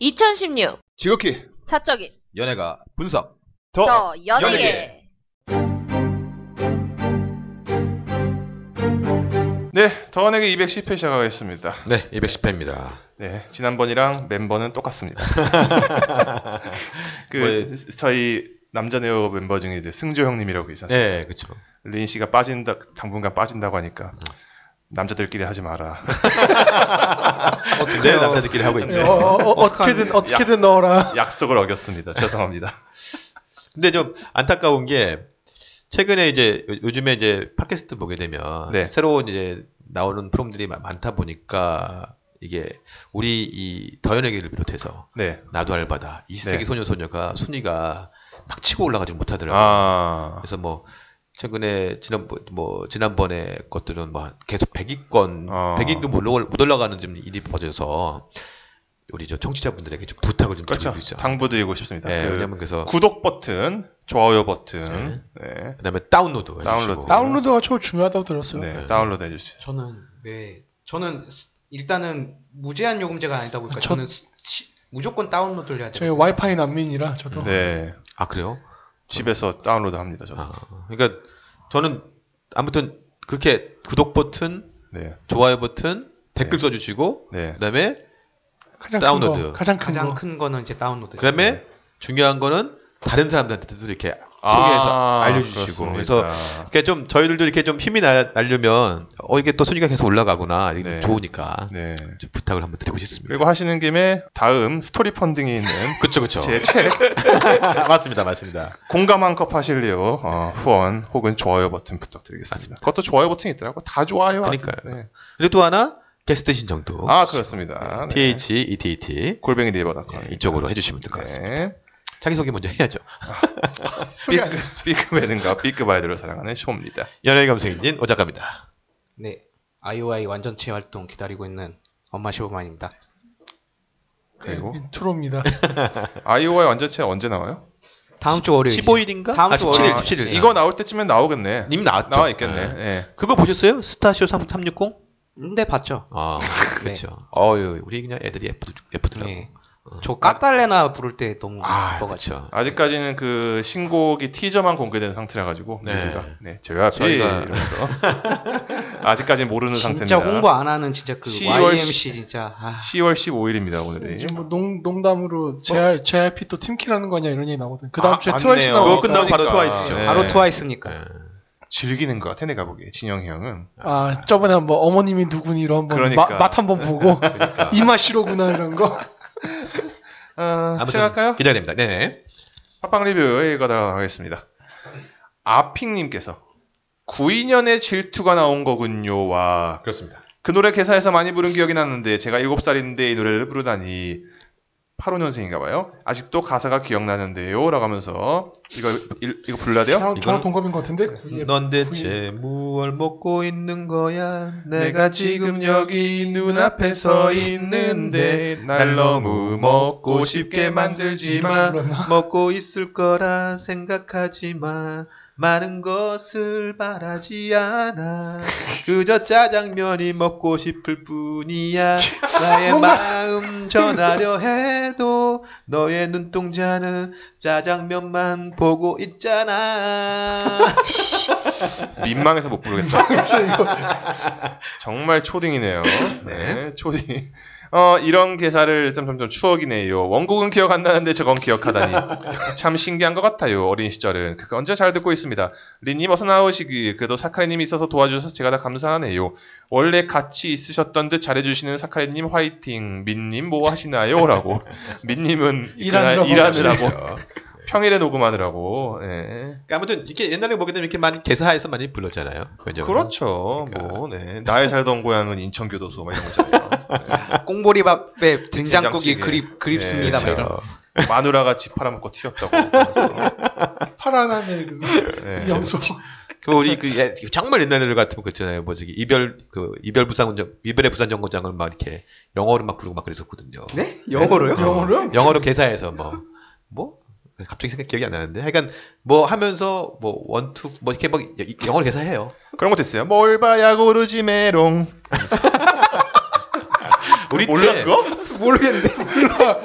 2016 지극히 사적인 연예가 분석 더 저 어, 연예계. 연예계 네, 더원에게 210회 시작하겠습니다. 네, 210회입니다. 네, 지난번이랑 멤버는 똑같습니다. 그 뭐예요? 저희 남자 네오 멤버 중에 이제 승조 형님이라고 계셨어요. 네, 그쵸. 린 씨가 빠진다 당분간 빠진다고 하니까 음. 남자들끼리 하지 마라. 어떻게 남자들끼리 하고 있죠. 어, 떻게든 어떻게든 넣어라. 약속을 어겼습니다. 죄송합니다. 근데 좀 안타까운 게 최근에 이제 요- 요즘에 이제 팟캐스트 보게 되면 네. 새로운 이제 나오는 프롬들이 마- 많다 보니까 이게 우리 이 더연에게를 비롯해서 네. 나도 알바다 20세기 네. 소년 소녀가 순위가 막 치고 올라가지 못하더라고요. 아, 그래서 뭐 최근에 지난 뭐 지난번에 것들은 뭐 계속 100위권, 어. 100위도 못, 올라- 못 올라가는 좀 일이 벌어져서 우리 저 청취자분들에게 좀 부탁을 좀 그렇죠. 드리고 있죠. 당부드리고 싶습니다. 네, 그 왜냐면 그래서 구독 버튼, 좋아요 버튼, 네, 그다음에 다운로드 해주시고. 아, 다운로드. 다운로드가 초중요하다고 그렇죠. 들었어요. 네, 다운로드 해주세요. 저는 왜 네. 저는 스- 일단은 무제한 요금제가 아니다 보니까 저- 저, 는 무조건 다운로드를 해야 저희 돼요. 와이파이 난민이라 저도 네, 아 그래요? 집에서 다운로드 합니다. 저도. 아 그러니까 저는 아무튼 그렇게 구독 버튼, 네, 좋아요 버튼, 네. 댓글 써주시고 네, 그다음에 가장 다운로드. 큰 거, 가장 큰 가장 거. 큰 거는 뭐 이제 다운로드. 그다음에 네. 중요한 거는 다른 사람들한테도 이렇게 소개해서 알려주시고 아, 그래서 아, 그래서 이렇게 좀 저희들도 이렇게 좀 힘이 나, 나려면 어 이게 또 순위가 계속 올라가구나 이게 네. 좋으니까 네. 좀 부탁을 한번 드리고 싶습니다. 그리고 하시는 김에 다음 스토리 펀딩이 있는 그쵸 그쵸 제 책 맞습니다 맞습니다. 공감 한 컵 하실래요? 어, 후원 혹은 좋아요 버튼 부탁드리겠습니다. 맞습니다. 그것도 좋아요 버튼이 있더라고. 다 좋아요. 그러니까요. 어, 같은데. 네. 그리고 또 하나 게스트 신청도 아 그렇습니다. T H E T E T 골뱅이 네이버닷컴 네, 이쪽으로 해주시면 될 것 같습니다. 자기 소개 먼저 해야죠. 삐크 삐크 베는가 삐크 바이드를 사랑하는 쇼입니다. 연예인 감성인진 오작가입니다. 네. 아이오아이 완전체 활동 기다리고 있는 엄마 시부만입니다. 네, 그리고 네, 트로입니다. 네. 아이오와의 완전체 언제 나와요? 아, 다음 주 월요일. 15일인가? 아, 다음 주 월요일. 17일 17일 이거 나올 때쯤엔 나오겠네. 님 나왔죠? 예. 나와 있겠네. 네. 예. 그거 보셨어요? 스타쇼 3 3 6 0 근데 네, 봤죠. 아 그렇죠. 어유 우리 그냥 애들이 예쁘 예쁘더라고. 네. 저 까딸레나 부를 때 너무 아 예뻐가지고. 그렇죠. 아직까지는 그 신곡이 티저만 공개된 상태라 가지고 네. 우리가 네 제가 저희가- 이러면서 네, 그 아직까지는 모르는 진짜 상태입니다. 홍보 안 하는 진짜 그 10월 YMC 진짜. 아, 10월 15일입니다 오늘이. 이제 뭐 농, 농담으로 JR, JRP 뭐? 또 팀키라는 거냐 이런 얘기 나오거든. 그 다음 아, 주에 맞네요. 트와이스 그거 나오고. 끝나고 바로 트와이스죠. 네. 바로 예. 트와이스니까. 즐기는 것 같아 내가 보기에 진영이 형은. 아, 저번에 한번 어머님이 누구니로 한번 그러니까. 마- 맛 한번 보고 그러니까. 이 맛이로구나 이런 거. 아, 아무튼 시작할까요? 기대됩니다. 네네. 팟빵 리뷰 이거 들어가겠습니다. 아핑님께서 92년에 질투가 나온 거군요. 와. 그렇습니다. 그 노래 개사에서 많이 부른 기억이 나는데 제가 7살인데 이 노래를 부르다니 85년생인가 봐요. 아직도 가사가 기억나는데요. 라고 하면서 이거 일- 이거 불러야 돼요? 저랑, 저랑 동갑인 것 같은데? 네. 넌 대체 무얼 먹고 있는 거야? 내가 지금 여기 눈앞에 서 있는데 날 너무 먹고 싶게 만들지 마. 불렀나? 먹고 있을 거라 생각하지 마. 많은 것을 바라지 않아. 그저 짜장면이 먹고 싶을 뿐이야. 나의 마음 전하려 해도 너의 눈동자는 짜장면만 보고 있잖아. 민망해서 못 부르겠다. 그래서 그렇죠, 이거 정말 초딩이네요. 네, 초딩. 어, 이런 개사를 점점점 추억이네요. 원곡은 기억 안 나는데 저건 기억하다니. 참 신기한 것 같아요. 어린 시절은. 그거 언제 잘 듣고 있습니다. 린님 어서 나오시길. 그래도 사카리님이 있어서 도와주셔서 제가 다 감사하네요. 원래 같이 있으셨던 듯 잘해주시는 사카리님 화이팅. 민님 뭐 하시나요? 라고. 민님은 그날 일하느라고 일하느라고. 평일에 녹음하느라고. 예. 아무튼 이렇게 옛날에 보게 되면 이렇게 많이 개사해서 많이 불렀잖아요. 그렇죠. 뭐, 네. 나의 살던 고향은 인천교도소 막 이런 거잖아요. 네. 꽁보리밥에 된장국이 된장찌개. 그립 그립습니다. 네, 막 그렇죠. 이런. 마누라가 집 팔아먹고 튀었다고. 그러면서. 파란 하늘 그거. 네. 염소. 그 우리 그 예, 정말 옛날 노래 같은 거 그랬잖아요. 뭐 저기 이별 그 이별 부산 정 이별의 부산 정거장을 막 이렇게 영어로 막 부르고 막 그랬었거든요. 네? 영어로요? 어, 영어로 개사해서 뭐, 뭐뭐 갑자기 생각 기억이 안 나는데 하여간 뭐 하면서 뭐 원투 뭐 이렇게 막 이- 영어로 개사해요. 그런 것도 있어요. 몰바야 고르지 메롱. 우리 몰라 때 그거? 모르겠는데.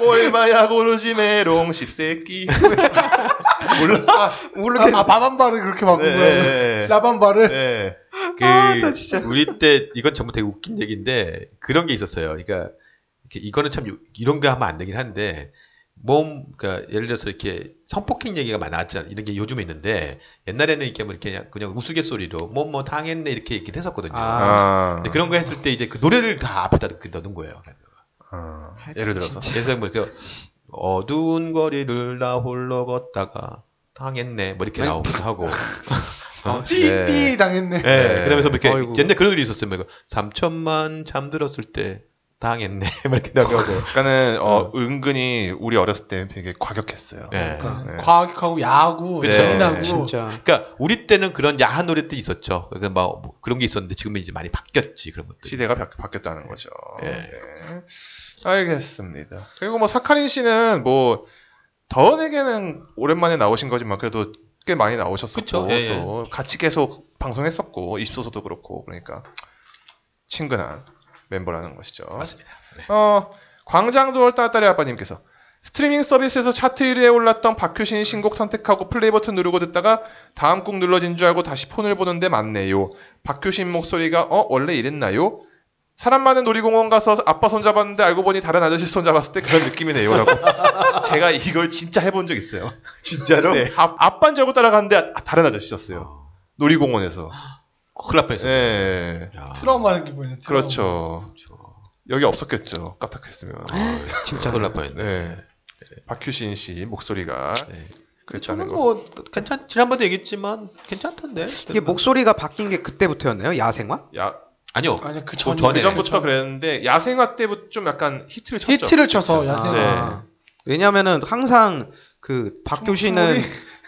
얼마야 고르지 메롱 십세끼 네. 몰라? 아, 아, 바밤바를 그렇게 바꾼 거야. 네. 라밤바를. 네. 그 아, 나 진짜. 우리 때 이건 정말 되게 웃긴 얘기인데 그런 게 있었어요. 그러니까 이렇게 이거는 참 요- 이런 거 하면 안 되긴 한데 몸 그러니까 예를 들어서 이렇게 성폭행 얘기가 많았잖아. 이런 게 요즘에 있는데 옛날에는 이렇게 뭐 이렇게 그냥- 그냥 우스갯소리로 뭐 뭐 당했네 이렇게 얘기를 했었거든요. 아. 아. 근데 그런 거 했을 때 이제 그 노래를 다 앞에다 넣- 넣는 거예요. 아, 예를 들어서 그래서 뭐 이렇게 어두운 거리를 나 홀로 걷다가 당했네 뭐 이렇게 나오기도 하고 어, 삐삐 네. 당했네. 예, 네. 그다음에서 뭐 이렇게 어이구. 옛날 그런 일이 있었어요. 뭐 이거 3천만 잠들었을 때 당했네. 막 이렇게 나가고. 그러니까는 어, 은근히 우리 어렸을 때 되게 과격했어요. 음. 예. 그러니까. 네. 과학하고 야하고 그쵸. 재미나고 네, 진짜. 그러니까 우리 때는 그런 야한 노래 때 있었죠. 그러니까 막뭐 그런 게 있었는데 지금은 이제 많이 바뀌었지 그런 것들. 시대가 바, 바뀌었다는 거죠. 예. 네. 알겠습니다. 그리고 뭐 사카린 씨는 뭐 더원에게는 오랜만에 나오신 거지만 그래도 꽤 많이 나오셨었고 그쵸. 예, 예. 또 같이 계속 방송했었고 20소서도 그렇고 그러니까 친근한 멤버라는 것이죠. 맞습니다. 네. 어, 광장도월 따따리 아빠님께서 스트리밍 서비스에서 차트 1위에 올랐던 박효신 신곡 선택하고 플레이 버튼 누르고 듣다가 다음 곡 눌러진 줄 알고 다시 폰을 보는데 맞네요. 박효신 목소리가 어 원래 이랬나요? 사람 많은 놀이공원 가서 아빠 손잡았는데 알고 보니 다른 아저씨 손잡았을 때 그런 느낌이네요라고 제가 이걸 진짜 해본 적 있어요. 진짜로? 네, 아, 아빠인 줄 알고 따라갔는데 아, 다른 아저씨였어요. 놀이공원에서. 큰일 날 뻔했어요. 예. 야, 트라우마는 기분이야. 트라우마. 그렇죠. 그렇죠. 여기 없었겠죠. 까딱했으면. 아, 진짜 큰일 날 뻔했네. 네. 박효신 씨 목소리가 네. 그랬다는 저는 거. 뭐 괜찮 지난번도 얘기했지만 괜찮던데. 이게 목소리가 바뀐 게 그때부터였나요? 야생화? 야, 아니요. 아니 그 뭐 전. 전에. 그 전부터 그랬는데 야생화 때부터 좀 약간 히트를 쳤죠. 히트를 쳐서 야생. 네. 아, 왜냐면은 항상 그 박교신은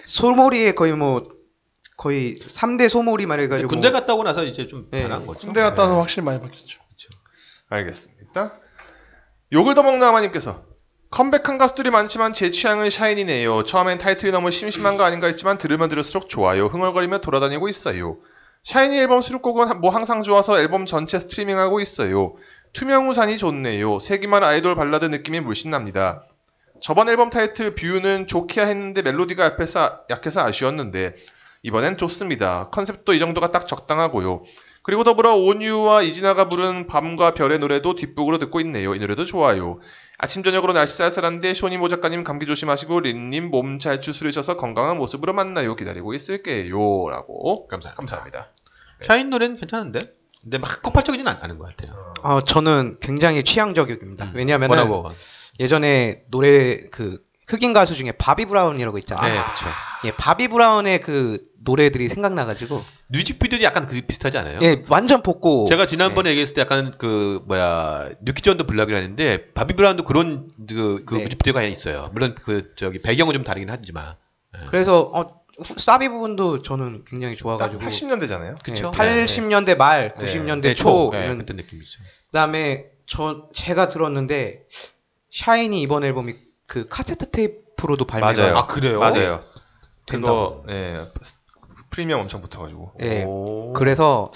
소몰이에 거의 뭐 거의 3대 소몰이 말해가지고 네, 군대 갔다 오고 나서 이제 좀 네. 변한 거죠. 군대 갔다 와서 확실히 많이 바뀌었죠. 알겠습니다. 욕을 더 먹는 아마님께서 컴백한 가수들이 많지만 제 취향은 샤인이네요. 처음엔 타이틀이 너무 심심한 거 아닌가 했지만 들으면 들을수록 좋아요. 흥얼거리며 돌아다니고 있어요. 샤이니 앨범 수록곡은 뭐 항상 좋아서 앨범 전체 스트리밍하고 있어요. 투명 우산이 좋네요. 세기만 아이돌 발라드 느낌이 물씬 납니다. 저번 앨범 타이틀 뷰는 좋기야 했는데 멜로디가 약해서, 약해서 아쉬웠는데 이번엔 좋습니다. 컨셉도 이 정도가 딱 적당하고요. 그리고 더불어 온유와 이진아가 부른 밤과 별의 노래도 뒷북으로 듣고 있네요. 이 노래도 좋아요. 아침 저녁으로 날씨 쌀쌀한데 쇼니모 작가님 감기 조심하시고 린님 몸 잘 추스르셔서 건강한 모습으로 만나요. 기다리고 있을게요.라고 네. 감사합니다. 감사합니다. 샤인 노래는 괜찮은데. 근데 막 폭발적이진 않- 않은 것 같아요. 어, 저는 굉장히 취향저격입니다. 음. 왜냐면은 워너버. 예전에 노래 그 흑인 가수 중에 바비 브라운이라고 있잖아요. 네, 그렇죠. 예, 바비 브라운의 그 노래들이 생각나가지고 뮤직비디오도 약간 그 비슷하지 않아요? 예, 완전 복고. 제가 지난번에 얘기했을 때 약간 그 뭐야 뉴키즈 언더 블락이라 했는데 바비 브라운도 그런 그, 그 네. 뮤직비디오가 있어요. 물론 그 저기 배경은 좀 다르긴 하지만. 예. 그래서 어, 후- 사비 부분도 저는 굉장히 딱 좋아가지고 80년대잖아요. 그쵸? 예, 80년대 말, 네. 90년대 네, 초 네, 이런 그때 느낌이죠. 그다음에 저 제가 들었는데 샤이니 이번 앨범이 그 카세트 테이프로도 발매가 맞아요. 아 네. 그래요? 예, 맞아요. 된다고. 그거 예, 프리미엄 엄청 붙어가지고. 어? 예. 오. 그래서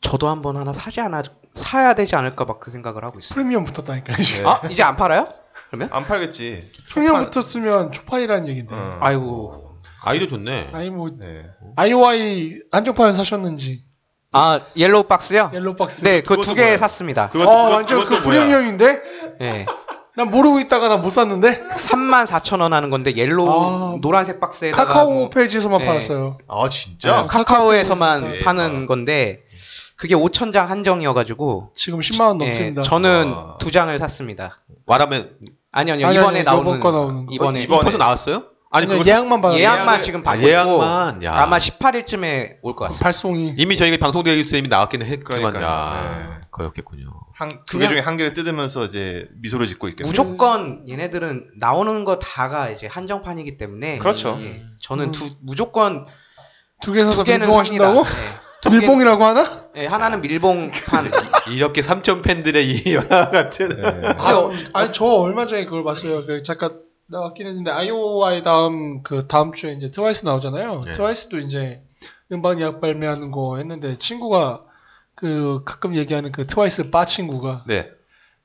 저도 한번 하나 사지 않아 사야 되지 않을까 막 그 생각을 하고 있어요. 프리미엄 붙었다니까. 예. 아 이제 안 팔아요? 그러면? 안 팔겠지. 프리미엄 초판- 붙었으면 초파이라는 얘긴데. 음. 아이고. 아이도 좋네. 아니 뭐 네. IOI 한정판 사셨는지 아 옐로우 박스요? 옐로우 박스. 네, 그 두 그것도 개 뭐야? 샀습니다. 그것도 어 그것- 완전 그 그것도 뭐야? 프리미엄인데? 예. 난 모르고 있다가 나 못 샀는데. 34,000원 하는 건데 옐로우 아, 노란색 박스에다가 카카오 뭐- 페이지에서만 네. 팔았어요. 아 네, 진짜? 카카오에서만 네. 대박. 파는 건데 그게 5,000장 한정이어가지고 지금 10만 원 예, 넘습니다. 저는 와. 두 장을 샀습니다. 와라면 아니요, 아니요 아니, 이번에 아니, 나오는 요번 거 나오는 거. 이번에 어, 이번- 벌써 나왔어요? 아니 그냥 그걸 예약만 받았 예약만 예약을- 지금 아, 받고 있고 예약만. 야. 아마 18일쯤에 올 것 같습니다. 그 발송이 이미 저희가 방송되기 전에 이미 나왔기는 했지만 그러니까요. 야 네. 그렇겠군요. 한두 개 그냥- 중에 한 개를 뜯으면서 이제 미소를 짓고 있겠네요. 무조건 얘네들은 나오는 거 다가 이제 한정판이기 때문에 그렇죠. 예, 저는 음. 두- 무조건 두 개 사서 두 개는 밀봉하신다고? 삽니다. 예, 두 개- 밀봉이라고 하나? 예, 하나는 밀봉판. 이렇게 삼촌 팬들의 이 연화 네. 같은. 아, 아니 저 얼마 전에 그걸 봤어요. 그 잠깐 나왔긴 했는데 아이오아이 다음 그 다음 주에 이제 트와이스 나오잖아요. 네. 트와이스도 이제 음반 예약 발매하는 거 했는데 친구가 그 가끔 얘기하는 그 트와이스 빠 친구가 네.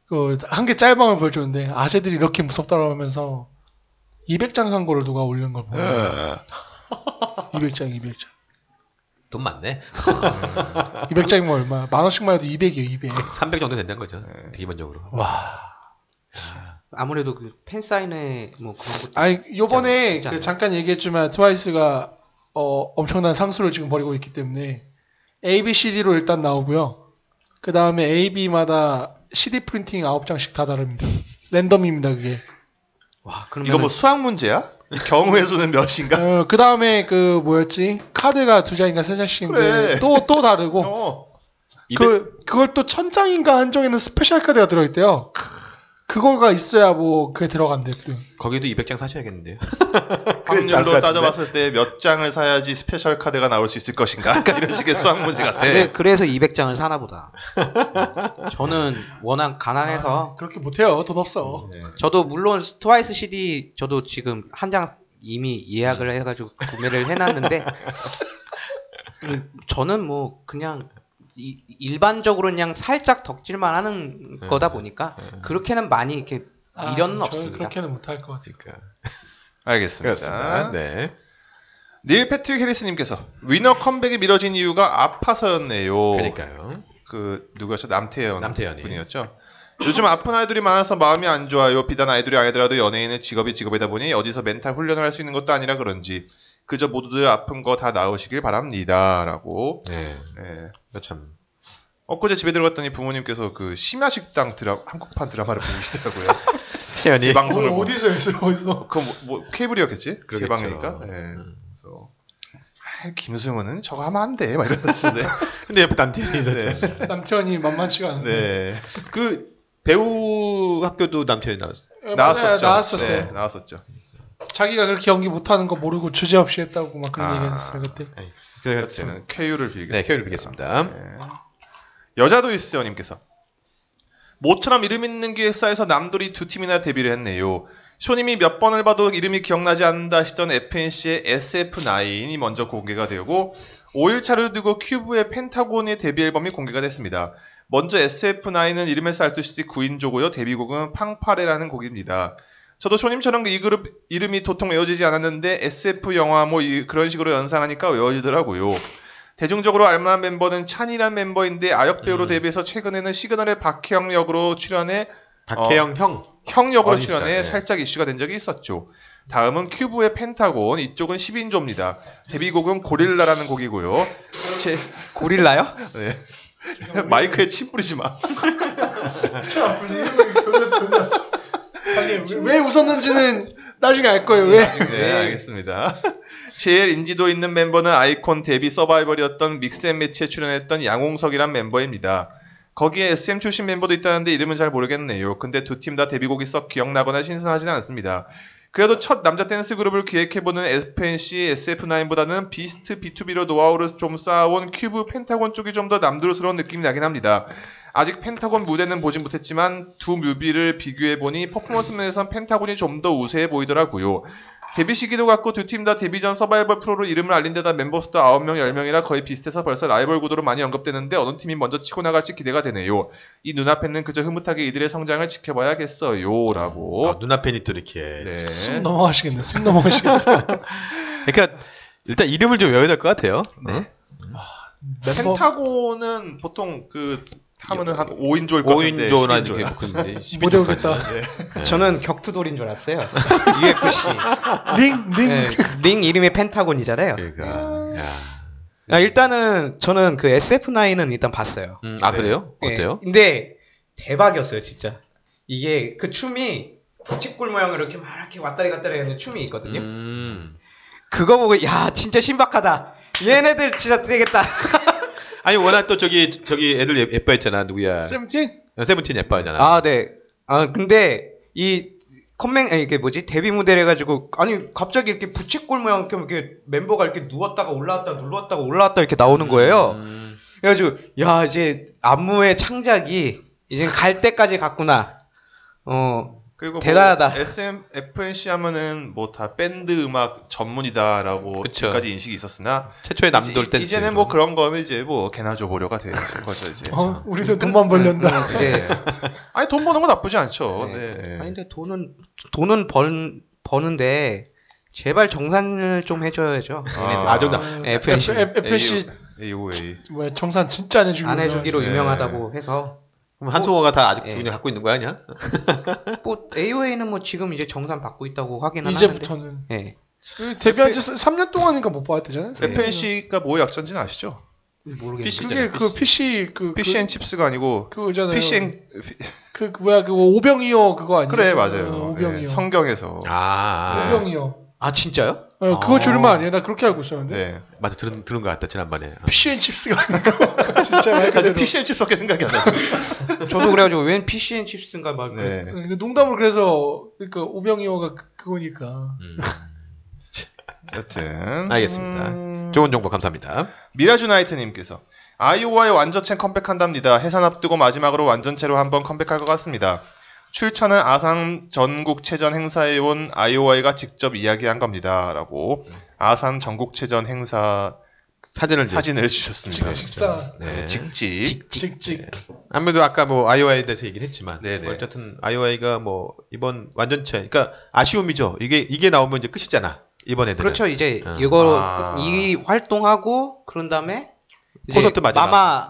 그 그 한 개 짤방을 보여줬는데 아재들이 이렇게 무섭다고 하면서 200장 산 거를 누가 올린 걸 보고 네. 200장 200장 돈 많네. 200장이면 얼마야? 만 원씩만 해도 200이에요 200 300 정도 된다는 거죠. 네. 기본적으로. 와. 아무래도 그 팬사인회 뭐 그런 것도 아니 요번에 있지 그 않나요? 잠깐 얘기했지만 트와이스가 어, 엄청난 상수를 지금 벌이고 있기 때문에 A, B, C, D로 일단 나오고요 그 다음에 A, B마다 CD 프린팅 9장씩 다 다릅니다 랜덤입니다 그게 와 그러면 이거 뭐 수학 문제야? 경우의 수는 몇인가? 그러니까. 어, 그 다음에 그 뭐였지 카드가 두 장인가 세 그래. 장씩인데 또 또 다르고 어. 그 그걸 또 천 장인가 한 종에는 스페셜 카드가 들어있대요. 그거가 있어야 뭐 그게 들어간대 또. 거기도 200장 사셔야겠는데요. 확률로 따져봤을 때 몇 장을 사야지 스페셜 카드가 나올 수 있을 것인가? 약간 이런 식의 수학 문제 같아. 그래, 그래서 200장을 사나 보다. 저는 워낙 가난해서 아, 그렇게 못해요. 돈 없어. 네. 저도 물론 트와이스 CD 저도 지금 한 장 이미 예약을 해가지고 구매를 해놨는데 음, 저는 뭐 그냥 이- 일반적으로 그냥 살짝 덕질만 하는 네. 거다 보니까 그렇게는 많이 이렇게 미련은 아, 저는 없습니다. 그렇게는 못할 것 같아요. 그러니까. 알겠습니다. 그렇습니다. 네. 닐 패트릭 해리스님께서 위너 컴백이 미뤄진 이유가 아파서였네요. 그러니까요. 그 누구였죠? 남태현 남태현이. 분이었죠. 요즘 아픈 아이돌이 많아서 마음이 안 좋아요. 비단 아이돌이 아니더라도 연예인의 직업이 직업이다 보니 어디서 멘탈 훈련을 할 수 있는 것도 아니라 그런지 그저 모두들 아픈 거 다 나으시길 바랍니다라고. 네. 예. 이거 참. 엊그제 집에 들어갔더니 부모님께서 그 심야식당 드라 한국판 드라마를 보고 계시더라고요. 제 태연이. 그러니까 네 방송을 보고. 어디서 했어요? 어디서? 그건 뭐, 뭐 케이블이었겠지? 제 그러겠죠. 방이니까. 예. 음. 그래서 아, 김승훈은 저거 하면 안 돼. 막 이러는데. 근데 옆에 남태현이 네. 있었죠. 남태현이 만만치가 않은데. 네. 그 배우 학교도 남태현이 나왔어. 네. 나왔었죠. 나왔었어요. 네, 나왔었죠. 자기가 그렇게 연기 못하는 거 모르고 주제 없이 했다고 막 그런 아. 얘기했었어요 그때. 그때는 KU를 빌겠습니다. 네, 케어를 빌겠습니다. 그렇죠. 네. 여자도 있어요님께서 모처럼 이름 있는 기획사에서 남돌이 두 팀이나 데뷔를 했네요. 쇼님이 몇 번을 봐도 이름이 기억나지 않는다 하시던 FNC의 SF9이 먼저 공개가 되고 5일차를 두고 큐브의 펜타곤의 데뷔 앨범이 공개가 됐습니다. 먼저 SF9은 이름에서 알듯이 9인조고요. 데뷔곡은 팡파레라는 곡입니다. 저도 쇼님처럼 이 그룹 이름이 도통 외워지지 않았는데 SF 영화 뭐 이- 그런 식으로 연상하니까 외워지더라고요. 대중적으로 알만한 멤버는 찬이란 멤버인데 아역 배우로 음. 데뷔해서 최근에는 시그널의 박혜영 역으로 출연해 박혜영 어. 형. 형 역으로 어, 진짜, 출연해 네. 살짝 이슈가 된 적이 있었죠. 다음은 큐브의 펜타곤, 이쪽은 10인조입니다. 데뷔곡은 고릴라라는 곡이고요. 제, 고릴라요? 네. 마이크에 침 뿌리지 마. 참 무슨 생각이 돌면서 돌면서. 아니 왜, 왜 웃었는지는 나중에 알 거예요. 왜? 네, 알겠습니다. 제일 인지도 있는 멤버는 아이콘 데뷔 서바이벌이었던 믹스앤매치에 출연했던 양홍석이란 멤버입니다. 거기에 SM 출신 멤버도 있다는데 이름은 잘 모르겠네요. 근데 두 팀 다 데뷔곡이 썩 기억나거나 신선하진 않습니다. 그래도 첫 남자 댄스 그룹을 기획해보는 FNC SF9보다는 비스트 B2B로 노하우를 좀 쌓아온 큐브 펜타곤 쪽이 좀 더 남들스러운 느낌이 나긴 합니다. 아직 펜타곤 무대는 보진 못했지만 두 뮤비를 비교해보니 퍼포먼스 면에선 펜타곤이 좀 더 우세해 보이더라고요. 데뷔 시기도 같고 두 팀 다 데뷔 전 서바이벌 프로로 이름을 알린 데다 멤버 수도 9명, 10명이라 거의 비슷해서 벌써 라이벌 구도로 많이 언급되는데 어느 팀이 먼저 치고 나갈지 기대가 되네요. 이 눈앞에는 그저 흐뭇하게 이들의 성장을 지켜봐야겠어요. 라고. 아, 눈앞에니 또 이렇게. 네. 숨 넘어가시겠네. 숨 넘어가시겠어. 그러니까 일단 이름을 좀 외워야 될 것 같아요. 네. 멤버- 펜타곤은 보통 그 하면은 한 5인조일 것 같은데 5인조나 10인조 예, 이렇게 야. 근데 못 외우겠다. 저는 격투돌인 줄 알았어요. UFC. 링 링. 네, 링 이름이 펜타곤이잖아요. 그러니까. 야. 아, 일단은 저는 그 SF9은 일단 봤어요. 음, 아 네. 그래요? 예, 어때요? 근데 대박이었어요, 진짜. 이게 그 춤이 부채꼴 모양으로 이렇게 막 이렇게 왔다리 갔다리 하는 춤이 있거든요. 음. 그거 보고 야 진짜 신박하다. 얘네들 진짜 되겠다. 아니 워낙 또 저기 저기 애들 예- 예뻐했잖아 누구야? 세븐틴. 세븐틴 예뻐하잖아. 아 네. 아 근데 이 컴맹 아니 이게 뭐지 데뷔 무대를 해가지고 아니 갑자기 이렇게 부채꼴 모양 이렇게, 이렇게 멤버가 이렇게 누웠다가 올라왔다 눌렀다가 올라왔다 이렇게 나오는 거예요. 음. 그래가지고 야 이제 안무의 창작이 이제 갈 때까지 갔구나. 어 그리고 대단하다. SM, FNC 하면은 뭐 다 밴드 음악 전문이다라고 그쵸. 지금까지 인식이 있었나? 최초의 남돌 댄스. 이제는 뭐 그런 거는 이제 뭐 개나 줘보려가 되는 거죠 이제. 네. 어, 우리도 돈만 벌련다. 음, 네. 이제 아니 돈 버는 건 나쁘지 않죠. 네. 네. 아니 근데 돈은 돈은 번 버는데 제발 정산을 좀 해줘야죠. 아, 음, 정답. 네. FNC. 네, FNC AOA. 뭐야 청산 진짜 안 해주기 안 해주기로 네. 유명하다고 해서 그럼 한소호가 다 아직 예. 돈을 갖고 있는 거 아니야? 뭐 AOA는 뭐 지금 이제 정산 받고 있다고 확인은 하는데. 이제부터는 그 예. 데뷔한 지 3년 동안인가 못 받았대잖아요. 네. FNC가 뭐 약자인지는 아시죠? 모르겠네. 그게 그 PC 그 PC 앤 칩스가 아니고 그, 그잖아요. PC 앤 그, 그 뭐야 그 오병이어 그거 아니에요? 그래 맞아요. 예, 오병이어. 성경에서. 아, 네. 오병이어. 아 진짜요? 어, 아. 그거 줄만 아니에요? 나 그렇게 알고 있었는데. 네. 맞아 들은 들은 것 같다 지난번에. 아. PC 앤 칩스가 아니고 진짜 말 아직 그대로. PC 앤 칩스밖에 생각이 안 나요. 저도 그래가지고 웬 PCN 칩스인가 막. 그- 네. 응, 농담으로 그래서 그러니까 오병이어가 그- 그거니까. 음. 여튼 알겠습니다. 음, 좋은 정보 감사합니다. 미라주나이트님께서 아이오와의 완전체 컴백한답니다. 해산 앞두고 마지막으로 완전체로 한번 컴백할 것 같습니다. 출처는 아산 전국체전 행사에 온 아이오와이가 직접 이야기한 겁니다.라고 아산 전국체전 행사 사진을 이제- 사진을 주셨습니다. 지금 직사 네, 네. 직직. 예. 직직. 아무래도 아까 뭐 아이오아이에 대해서 얘기를 했지만 네네. 어쨌든 아이오아이가 뭐 이번 완전체 그러니까 아쉬움이죠. 이게 이게 나오면 이제 끝이잖아. 이번 애들은. 그렇죠. 이제 어. 이거 아. 이 활동하고 그런 다음에 이제 콘서트 마지막. 마마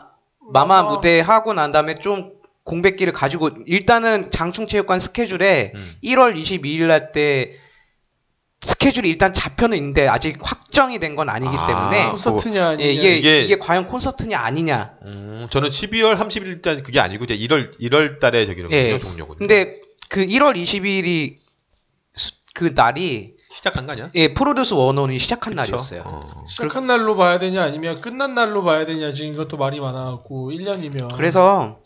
마마 어. 무대 하고 난 다음에 좀 공백기를 가지고 일단은 장충체육관 스케줄에 음. 1월 22일 날 때 스케줄이 일단 잡혀는 있는데 아직 확정이 된 건 아니기 아. 때문에 콘서트 콘서트냐 예, 아니냐. 이게, 이게- 이게 과연 콘서트냐 아니냐. 음, 저는 12월 30일까지 그게 아니고 이제 1월 1월 달에 저기로군요. 예. 종료군요. 근데 그 1월 22일이 그 날이 시작한 거 아니야? 예, 프로듀스 원원이 시작한 그쵸? 날이었어요. 어. 시작한 날로 봐야 되냐 아니면 끝난 날로 봐야 되냐 지금 이것도 말이 많아갖고 1년이면 그래서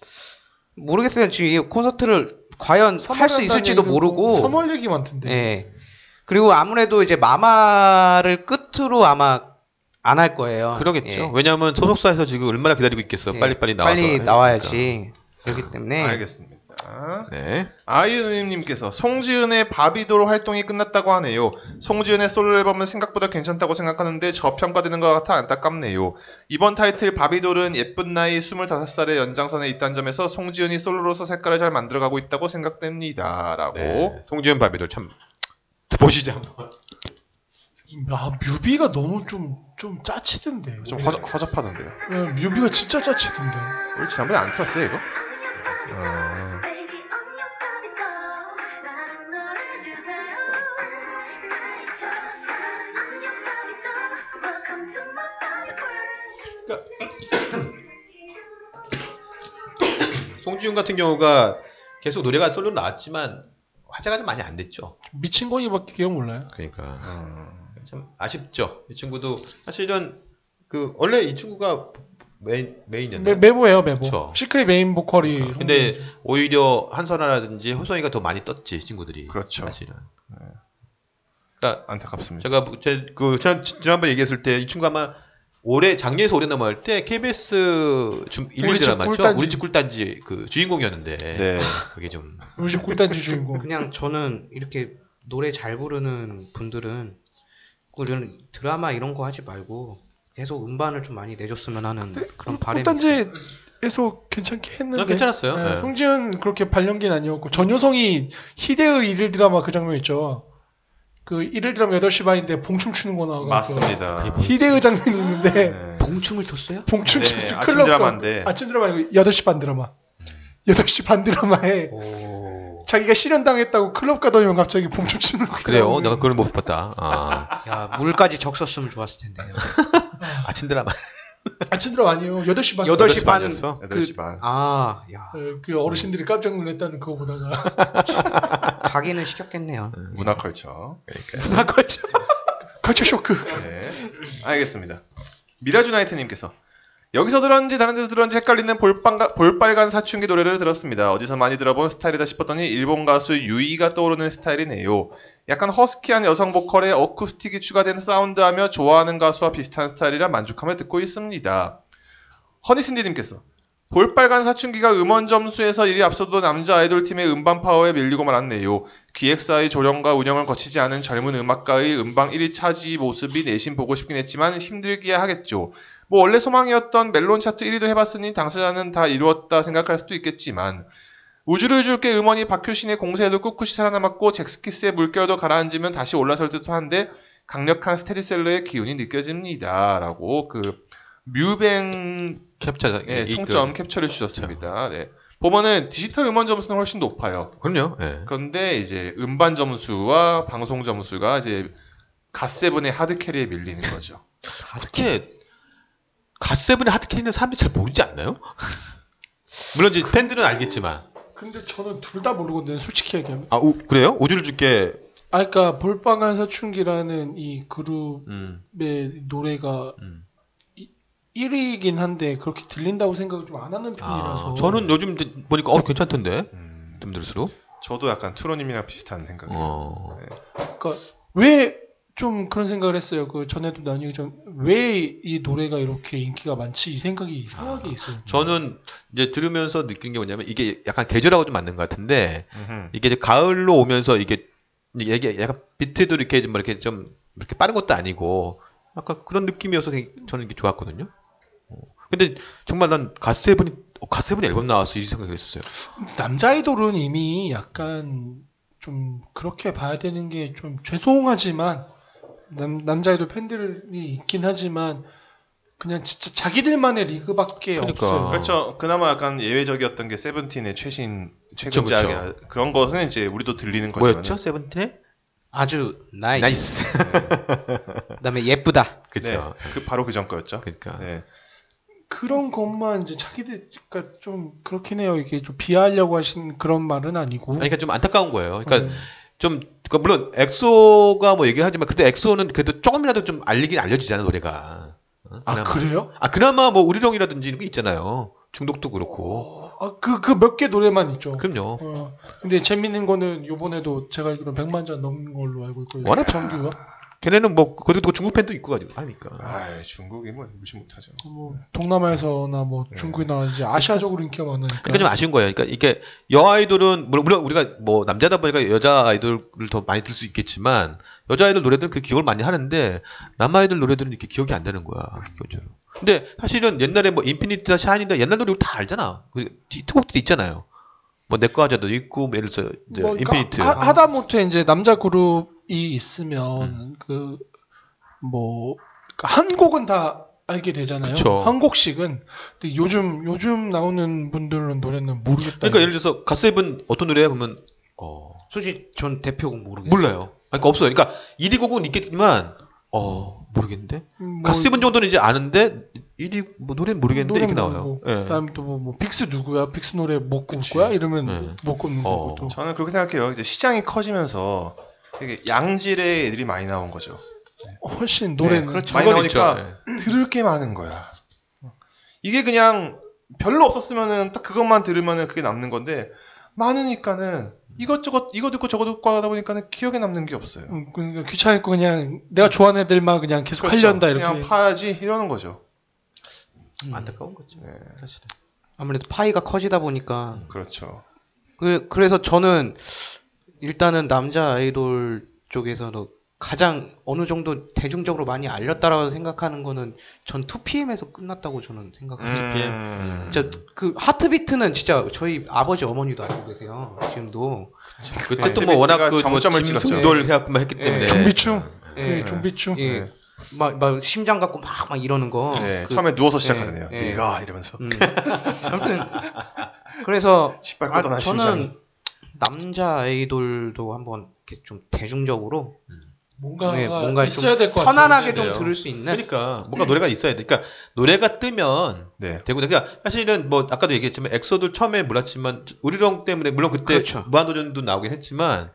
모르겠어요. 지금 이 콘서트를 과연 할 수 있을지도 뭐 모르고. 3월 얘기 많던데. 예. 그리고 아무래도 이제 마마를 끝으로 아마 안 할 거예요. 그러겠죠. 예. 왜냐하면 소속사에서 지금 얼마나 기다리고 있겠어. 예. 빨리빨리 나와서. 아, 해야 나와야지. 그렇기 네. 때문에 네. 알겠습니다. 되니까. 네. 아이은님께서 송지은의 바비도로 활동이 끝났다고 하네요. 송지은의 솔로 앨범은 생각보다 괜찮다고 생각하는데 저평가되는 것 같아 안타깝네요. 이번 타이틀 바비돌은 예쁜 나이 25살의 연장선에 있다는 점에서 송지은이 솔로로서 색깔을 잘 만들어가고 있다고 생각됩니다. 라고. 네. 송지현 바비들 참 보시죠. 한번. 아 뮤비가 너무 좀 좀 짜치던데. 좀 허접, 허접하던데요. 예, 뮤비가 진짜 짜치던데. 우리 지난번에 안 틀었어요, 이거? 어, 송지훈 같은 경우가 계속 노래가 솔로 로 나왔지만 화제가 좀 많이 안 됐죠. 좀 미친 거니밖에 기억 몰라요. 그러니까. 음. 참 아쉽죠. 이 친구도 사실은 그 원래 이 친구가 메인 메인이었나? 매, 메모예요 메모. 그쵸. 그러니까. 시크릿 네, 메인 보컬이. 근데 오히려 한선아라든지 호성이가 더 많이 떴지 이 친구들이. 그렇죠. 사실은. 그러니까 안타깝습니다. 제가 제, 그 지난, 지난번 얘기했을 때 이 친구 아마 올해 작년에서 올해 넘어갈 때 KBS 중 우리 1, 집 2드라 맞죠? 꿀단지. 우리 집 꿀단지 그 주인공이었는데 네. 그게 좀 요즘 꿀단지 주인공. 그냥 저는 이렇게 노래 잘 부르는 분들은 꼭 이런 드라마 이런 거 하지 말고 계속 음반을 좀 많이 내줬으면 하는 네. 뭐 그런 바람이 있어요. 꿀단지에서 괜찮게 했는데. 아, 괜찮았어요. 예, 네. 송지은 그렇게 발령기는 아니었고 전효성이 희대의 일일 드라마 그 장면 있죠. 그 일일 드라마 8시 반인데 봉춤 추는 거 나와가지고. 맞습니다. 희대의 장면이 있는데 네. 봉춤을 췄어요? 봉춤 네, 췄어 아침 드라마인데. 아침 드라마 아니고 8시 반 드라마 8시 반 드라마에 오. 자기가 실현당했다고 클럽 가다 보면 갑자기 봉춤 추는 거 그래요. 나오는 내가 그걸 못 봤다. 아, 야, 물까지 적셨으면 좋았을 텐데. 아침 드라마. 아침 드라마 아니에요 8시 반 여덟 시 8시 반. 반이었어? 8시 반. 아, 야. 네. 어, 그 어르신들이 깜짝 놀랐다는 그거 보다가 가기는 시켰겠네요. 문화컬처. 누나 거죠? 컬처 쇼크 네. 알겠습니다. 미라주나이트님께서 여기서 들었는지 다른 데서 들었는지 헷갈리는 볼빵가, 볼빨간 사춘기 노래를 들었습니다. 어디서 많이 들어본 스타일이다 싶었더니 일본 가수 유이가 떠오르는 스타일이네요. 약간 허스키한 여성 보컬에 어쿠스틱이 추가된 사운드하며 좋아하는 가수와 비슷한 스타일이라 만족하며 듣고 있습니다. 허니신디님께서 볼빨간 사춘기가 음원 점수에서 1위 앞서도 남자 아이돌 팀의 음반 파워에 밀리고 말았네요. 기획사의 조령과 운영을 거치지 않은 젊은 음악가의 음방 1위 차지 모습이 내심 보고 싶긴 했지만 힘들기야 하겠죠. 뭐 원래 소망이었던 멜론 차트 1위도 해봤으니 당사자는 다 이루었다 생각할 수도 있겠지만 우주를 줄게 음원이 박효신의 공세에도 꿋꿋이 살아남았고 잭스키스의 물결도 가라앉으면 다시 올라설 듯한데 강력한 스테디셀러의 기운이 느껴집니다라고 그 뮤뱅 캡처 예, 이- 그 총점 캡처를 주셨습니다. 네. 보면은 디지털 음원 점수는 훨씬 높아요. 그- 그럼요. 예. 그런데 이제 음반 점수와 방송 점수가 이제 갓세븐의 하드캐리에 밀리는 거죠. 하드캐 갓세븐의 하드캐는 사람들이 잘 모르지 않나요? 물론 이제 팬들은 알겠지만 근데 저는 둘 다 모르거든요. 솔직히 얘기하면. 아 우- 그래요? 우주를 줄게 아 그러니까 볼빨간 사춘기라는 이 그룹의 음, 노래가 음. 1위이긴 한데 그렇게 들린다고 생각을 좀 안 하는 편이라서. 아, 저는 요즘 이제 보니까 어 괜찮던데 음, 좀 들을수록 저도 약간 투로님이랑 비슷한 생각이에요. 어. 그러니까 왜 좀 그런 생각을 했어요. 그 전에도 나뉘기 전왜 이 노래가 이렇게 인기가 많지 이 생각이 이상하게 있어요. 저는 이제 들으면서 느낀 게 뭐냐면 이게 약간 계절하고 좀 맞는 것 같은데 음흠. 이게 이제 가을로 오면서 이게 이게 약간 비트도 이렇게 좀 이렇게 좀 이렇게 빠른 것도 아니고 약간 그런 느낌이어서 되게 저는 이게 좋았거든요. 어, 근데 정말 난 갓세븐이 어, 갓세븐 앨범 나왔어 이 생각을 했었어요. 남자 아이돌은 이미 약간 좀 그렇게 봐야 되는 게 좀 죄송하지만 남, 남자 아이돌 팬들이 있긴 하지만 그냥 진짜 자기들만의 리그밖에 그러니까. 없어요. 그렇죠. 그나마 약간 예외적이었던 게 세븐틴의 최신 그쵸, 최근작 그런 것은 이제 우리도 들리는 거지만 뭐였죠 세븐틴의 아주 나이스. 나이스. 그다음에 예쁘다. 그렇죠. 그 바로 그 전 거였죠. 그러니까 네. 그런 것만 이제 자기들 그러니까 좀 그렇긴 해요. 이게 좀 비하하려고 하신 그런 말은 아니고. 아니, 그러니까 좀 안타까운 거예요. 그러니까 네. 좀 그러니까 물론 엑소가 뭐 얘기하지만 근데 엑소는 그래도 조금이라도 좀 알리긴 알려지잖아 노래가. 어? 아 그나마. 그래요? 아 그나마 뭐 우리정이라든지 이런 거 있잖아요. 중독도 그렇고. 아그 그 몇 개 노래만 있죠. 그럼요. 어, 근데 재밌는 거는 요번에도 제가 알기로 100만 장 넘는 걸로 알고 있거든요. 워낙- 정규가 걔네는 뭐 그래도 또 중국 팬도 있고 가지고 하니까. 아, 중국이 뭐 무시 못하죠. 뭐 동남아에서나 뭐 네. 중국이나 이제 아시아적으로 인기가 많으니까. 그러니까 좀 아쉬운 거예요. 그러니까 이게 여 아이돌은 물론 물론 우리가 뭐 남자다 보니까 여자 아이돌을 더 많이 들 수 있겠지만 여자 아이돌 노래들은 그 기억을 많이 하는데 남 아이돌 노래들은 이렇게 기억이 안 되는 거야. 기본적으로. 근데 사실은 옛날에 뭐 인피니티다 샤인이다 옛날 노래 우리 다 알잖아. 그 히트곡들이 있잖아요. 뭐 내꺼 하자도 있고 뭐 예를 들어 이제 뭐 그러니까 인피니트. 하, 하다 못해 이제 남자 그룹이 네. 있으면 그 뭐 한 곡은 다 알게 되잖아요. 그쵸. 한 곡씩은 근데 요즘 요즘 나오는 분들은 노래는 모르겠다. 그러니까 예를 들어서 갓세븐 어떤 노래 보면 어 솔직히 전 대표곡 모르겠어요. 몰라요. 아니, 그러니까 없어요. 그러니까 1위 곡은 있겠지만 어 모르겠는데 음, 뭐 갓세븐 정도는 이제 아는데 1위 뭐 노래는 모르겠는데 노래는 이렇게 나와요. 모르고. 예. 그다음에 또뭐 뭐 빅스 누구야? 빅스 노래 못 꼽을 그치. 거야? 이러면 네. 못 꼽는 어. 거고 또. 저는 그렇게 생각해요. 이제 시장이 커지면서 되게 양질의 애들이 많이 나온 거죠. 훨씬 노래는 네, 그렇죠. 많이 그건 나오니까 있죠. 들을 게 많은 거야. 이게 그냥 별로 없었으면은 딱 그것만 들으면은 그게 남는 건데 많으니까는 이것저것 이거 듣고 저거 듣고 하다 보니까는 기억에 남는 게 없어요. 음, 그러니까 귀찮고 그냥 내가 좋아하는 애들만 그냥 계속 그렇죠. 하려한다 이렇게. 그렇죠. 그냥 파야지 이러는 거죠. 음. 안타까운 거죠. 네, 사실은. 아무래도 파이가 커지다 보니까 그렇죠. 그, 그래서 저는 일단은 남자 아이돌 쪽에서도 가장 어느 정도 대중적으로 많이 알렸다라고 생각하는 거는 전 2PM에서 끝났다고 저는 생각합니다. 음. 진짜 그 하트비트는 진짜 저희 아버지 어머니도 알고 계세요. 지금도. 그때도 뭐 워낙 그뭐 아, 정점을 찍었죠. 짐승돌 해갖고만 했기 때문에 예. 좀비춤. 예. 네, 좀비춤. 예. 네. 막, 막 심장 갖고 막 막 이러는 거. 네, 그- 처음에 누워서 예, 시작하잖아요. 예. 네가 이러면서 음. 아무튼 그래서 짓밟고 아, 떠난 심장이. 저는 남자 아이돌도 한번 이렇게 좀 대중적으로 뭔가 네, 뭔가 있어야 될 것 같아요. 편안하게 같은데요. 좀 들을 수 있는 그러니까 뭔가 노래가 있어야 돼. 그러니까 노래가 뜨면 네. 되고 그러니까 사실은 뭐 아까도 얘기했지만 엑소도 처음에 몰랐지만 우리령 때문에 물론 그때 그렇죠. 무한도전도 나오긴 했지만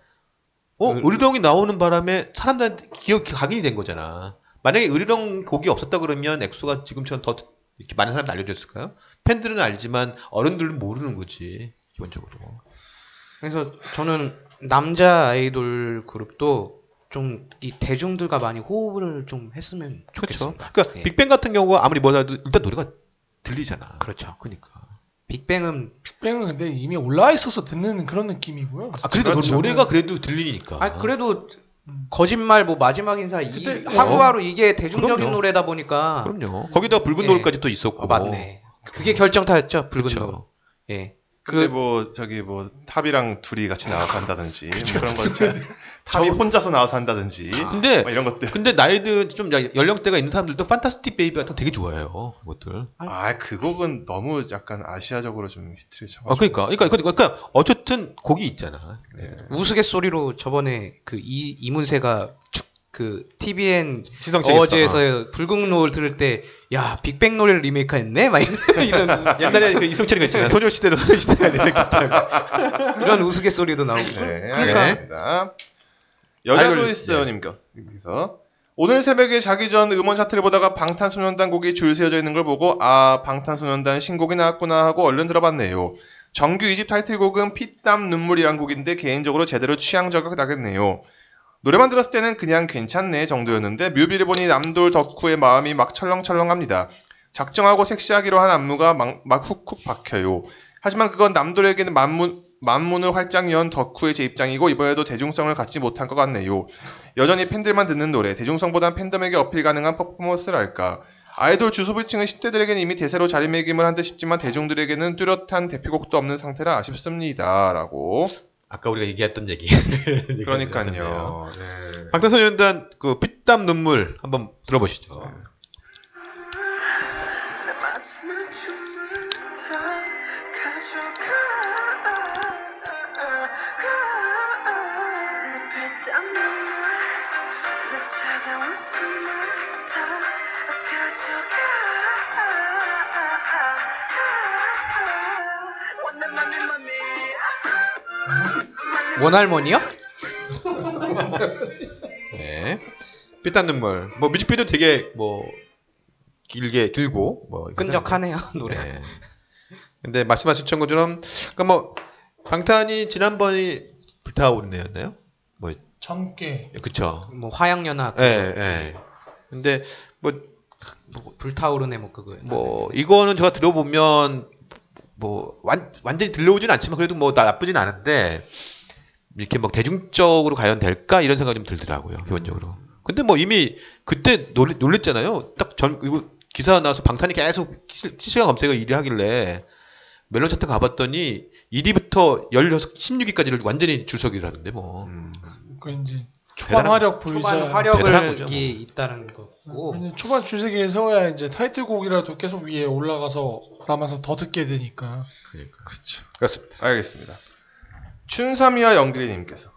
어 음. 우리령이 나오는 바람에 사람들한테 기억 각인이 된 거잖아. 만약에 우리령 곡이 없었다 그러면 엑소가 지금처럼 더 이렇게 많은 사람들 알려줬을까요? 팬들은 알지만 어른들은 모르는 거지 기본적으로. 그렇죠. 그래서 저는 남자 아이돌 그룹도 좀 이 대중들과 많이 호흡을 좀 했으면 그렇죠. 좋겠습니다. 그러니까 예. 빅뱅 같은 경우가 아무리 뭐라도 일단 노래가 들리잖아. 그렇죠. 그러니까. 빅뱅은 빅뱅은 근데 이미 올라와 있어서 듣는 그런 느낌이고요. 아, 그래도 그렇죠. 그 노래가 그래도 들리니까. 아 그래도 음. 거짓말 뭐 마지막 인사 이 그때- 하루하루 이게 대중적인 그럼요. 노래다 보니까 그럼요. 거기다 붉은 예. 노을까지 또 있었고. 어, 맞네. 그게 결정타였죠 붉은 그렇죠. 노. 예. 근데 뭐 저기 뭐 탑이랑 둘이 같이 나와서 한다든지 뭐 그런 거 있잖아요. 탑이 저- 혼자서 나와서 한다든지 근데 뭐 이런 것들. 근데 나이든 좀 야- 연령대가 있는 사람들도 판타스틱 베이비 같은 거 되게 좋아해요. 그것들. 아 그 곡은 너무 약간 아시아적으로 좀 히트를 쳐가지고. 아 그러니까 그러니까 그러니까, 그러니까 어쨌든 곡이 있잖아. 네. 우스갯소리로 저번에 그 이 이문세가 축- 그 TVN 시성체에서. 어제에서 아. 붉은 노을 들을 때 야 빅뱅 노래를 리메이크했네 막 이런 이런, 옛날에 그 이성철이가 있잖아. 소녀시대로 소녀시대가 이렇게 이런 우스갯소리도 나오고 네, 그러니까. 알겠습니다. 네. 여자도 아이돌- 있어요 님께서 오늘 새벽에 자기 전 음원 차트를 보다가 방탄소년단 곡이 줄 세워져 있는 걸 보고 아 방탄소년단 신곡이 나왔구나 하고 얼른 들어봤네요. 정규 2집 타이틀곡은 피땀 눈물이란 곡인데 개인적으로 제대로 취향 저격 나겠네요. 노래만 들었을 때는 그냥 괜찮네 정도였는데 뮤비를 보니 남돌 덕후의 마음이 막 철렁철렁합니다. 작정하고 섹시하기로 한 안무가 막, 막 훅훅 박혀요. 하지만 그건 남돌에게는 만문, 만문을 활짝 연 덕후의 제 입장이고 이번에도 대중성을 갖지 못한 것 같네요. 여전히 팬들만 듣는 노래, 대중성보단 팬덤에게 어필 가능한 퍼포먼스랄까. 아이돌 주소부층은 10대들에게는 이미 대세로 자리매김을 한 듯 싶지만 대중들에게는 뚜렷한 대표곡도 없는 상태라 아쉽습니다. 라고. 아까 우리가 얘기했던 얘기. 얘기했었네요. 그러니까요. 네. 방탄소년단 그 핏땀 눈물 한번 들어보시죠. 원할머니요? 네. 삐딴 눈물. 뭐 뮤직비디오 되게 뭐 길게 길고 뭐 끈적하네요 노래. 네. 근데 말씀하신 것처럼 그러니까 뭐 방탄이 지난번이 불타오르네였나요? 전개. 그쵸. 뭐 화양연화 예, 예. 근데 뭐 불타오르네 뭐 그거. 뭐 이거는 제가 들어보면 뭐 완, 완전히 들려오진 않지만 그래도 뭐 나- 나쁘진 않은데 이렇게 막 대중적으로 과연 될까 이런 생각이 좀 들더라고요 기본적으로. 근데 뭐 이미 그때 놀, 놀랬잖아요. 딱 전 이거 기사 나와서 방탄이 계속 실- 실시간 검색을 1위 하길래 멜론 차트 가봤더니 1위부터 16, 16위까지를 완전히 줄서기라는데 뭐 음. 그 이제 초반 대단한- 화력 보이자. 초반 대단한 거죠, 뭐. 화력이 있다는 거고 왜냐면 초반 주세기에 세워야 이제 타이틀곡이라도 계속 위에 올라가서 남아서 더 듣게 되니까. 그러니까. 그렇죠. 그렇습니다. 알겠습니다. 춘삼이와 영길이님께서